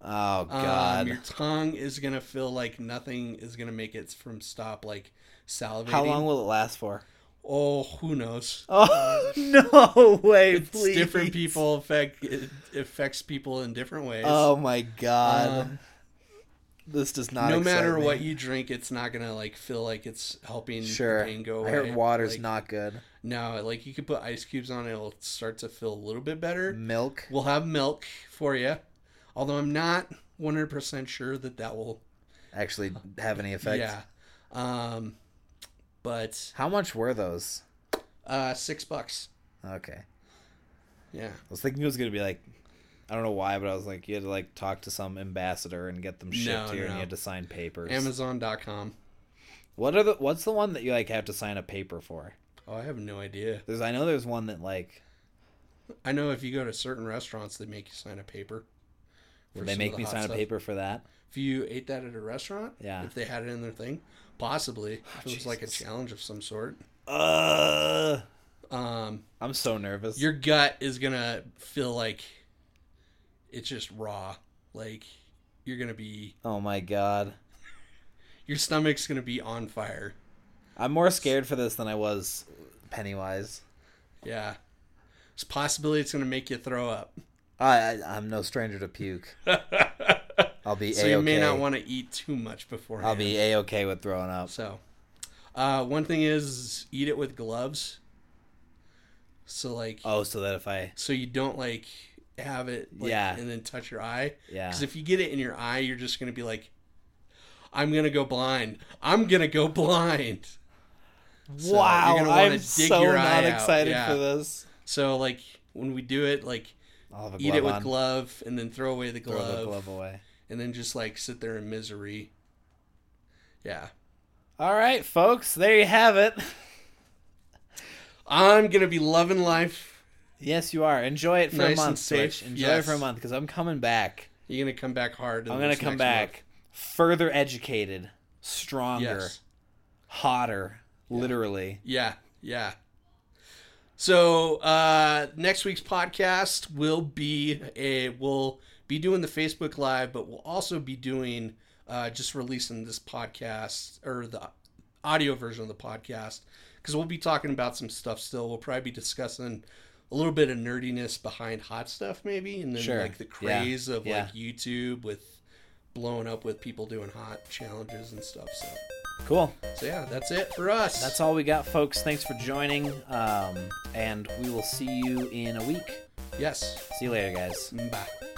[SPEAKER 1] Oh
[SPEAKER 2] Um,
[SPEAKER 1] god.
[SPEAKER 2] your tongue is gonna feel like nothing is gonna make it from stop like salivating
[SPEAKER 1] How long will it last for?
[SPEAKER 2] oh who knows
[SPEAKER 1] Oh no way! Please.
[SPEAKER 2] different people affect it affects people in different ways.
[SPEAKER 1] Oh my god.
[SPEAKER 2] Um,
[SPEAKER 1] this does not.
[SPEAKER 2] no matter
[SPEAKER 1] excite me.
[SPEAKER 2] what you drink, it's not gonna like feel like it's helping
[SPEAKER 1] Sure.
[SPEAKER 2] the pain go away.
[SPEAKER 1] I heard water's
[SPEAKER 2] Like,
[SPEAKER 1] not good.
[SPEAKER 2] No, like you could put ice cubes on it, it'll start to feel a little bit better.
[SPEAKER 1] Milk.
[SPEAKER 2] We'll have milk for you, although I'm not 100 percent sure that that will.
[SPEAKER 1] Actually, have any effect?
[SPEAKER 2] Yeah, um, but
[SPEAKER 1] How much were those?
[SPEAKER 2] uh, six bucks.
[SPEAKER 1] Okay. I
[SPEAKER 2] Yeah,
[SPEAKER 1] was thinking it was gonna be like, I don't know why, but I was like, you had to like talk to some ambassador and get them shipped
[SPEAKER 2] No,
[SPEAKER 1] here, and
[SPEAKER 2] no.
[SPEAKER 1] you had to sign papers.
[SPEAKER 2] Amazon.com.
[SPEAKER 1] What are the what's the one that you like have to sign a paper for?
[SPEAKER 2] Oh, I have no idea.
[SPEAKER 1] There's I know there's one that like
[SPEAKER 2] I know if you go to certain restaurants, they make you sign a paper. for
[SPEAKER 1] would they
[SPEAKER 2] some of
[SPEAKER 1] make
[SPEAKER 2] the
[SPEAKER 1] me
[SPEAKER 2] hot
[SPEAKER 1] sign a
[SPEAKER 2] stuff.
[SPEAKER 1] paper for that.
[SPEAKER 2] If you ate that at a restaurant,
[SPEAKER 1] Yeah. Oh,
[SPEAKER 2] If they had it in their thing, possibly. If it was like a
[SPEAKER 1] Jesus.
[SPEAKER 2] challenge of some sort.
[SPEAKER 1] Uh
[SPEAKER 2] Um,
[SPEAKER 1] I'm so nervous.
[SPEAKER 2] your gut is gonna feel like it's just raw. Like you're gonna be,
[SPEAKER 1] oh my god.
[SPEAKER 2] your stomach's gonna be on fire.
[SPEAKER 1] I'm more scared for this than I was Pennywise.
[SPEAKER 2] Yeah. It's a possibility it's gonna make you throw up.
[SPEAKER 1] I, I I'm no stranger to puke. I'll be
[SPEAKER 2] So
[SPEAKER 1] a-okay.
[SPEAKER 2] you may not want to eat too much beforehand.
[SPEAKER 1] I'll be a okay with throwing up.
[SPEAKER 2] So, uh, one thing is eat it with gloves. So like,
[SPEAKER 1] Oh, so that if I
[SPEAKER 2] so you don't like have it, like,
[SPEAKER 1] Yeah.
[SPEAKER 2] and then touch your eye.
[SPEAKER 1] yeah.
[SPEAKER 2] Because if you get it in your eye, you're just gonna be like, I'm gonna go blind. I'm gonna go blind. so
[SPEAKER 1] wow,
[SPEAKER 2] you're gonna wanna
[SPEAKER 1] I'm
[SPEAKER 2] dig
[SPEAKER 1] so
[SPEAKER 2] your eye
[SPEAKER 1] not
[SPEAKER 2] out,
[SPEAKER 1] excited
[SPEAKER 2] yeah.
[SPEAKER 1] for this.
[SPEAKER 2] So like when we do it, like
[SPEAKER 1] I'll have a glove
[SPEAKER 2] eat it with
[SPEAKER 1] on.
[SPEAKER 2] glove and then throw away the
[SPEAKER 1] Throw
[SPEAKER 2] glove,
[SPEAKER 1] the glove away.
[SPEAKER 2] and then just like sit there in misery. Yeah.
[SPEAKER 1] All right, folks, there you have it.
[SPEAKER 2] I'm gonna be loving life.
[SPEAKER 1] Yes, you are. Enjoy it for
[SPEAKER 2] Nice and
[SPEAKER 1] a month,
[SPEAKER 2] safe,
[SPEAKER 1] Switch. Enjoy it for a
[SPEAKER 2] yes.
[SPEAKER 1] month because I'm coming back.
[SPEAKER 2] You're gonna come back hard. in
[SPEAKER 1] I'm gonna
[SPEAKER 2] this
[SPEAKER 1] come
[SPEAKER 2] next month.
[SPEAKER 1] back further educated, stronger,
[SPEAKER 2] Yes.
[SPEAKER 1] hotter, literally.
[SPEAKER 2] Yeah. Yeah. So uh, next week's podcast will be a we'll be doing the Facebook Live, but we'll also be doing uh, just releasing this podcast or the audio version of the podcast because we'll be talking about some stuff still. We'll probably be discussing a little bit of nerdiness behind hot stuff, maybe, and then
[SPEAKER 1] Sure.
[SPEAKER 2] like the
[SPEAKER 1] Yeah.
[SPEAKER 2] craze of
[SPEAKER 1] Yeah.
[SPEAKER 2] like YouTube with blowing up with people doing hot challenges and stuff. So.
[SPEAKER 1] Cool.
[SPEAKER 2] So yeah, that's it for us.
[SPEAKER 1] That's all we got, folks. Thanks for joining, um, and we will see you in a week.
[SPEAKER 2] Yes.
[SPEAKER 1] See you later, guys.
[SPEAKER 2] Bye.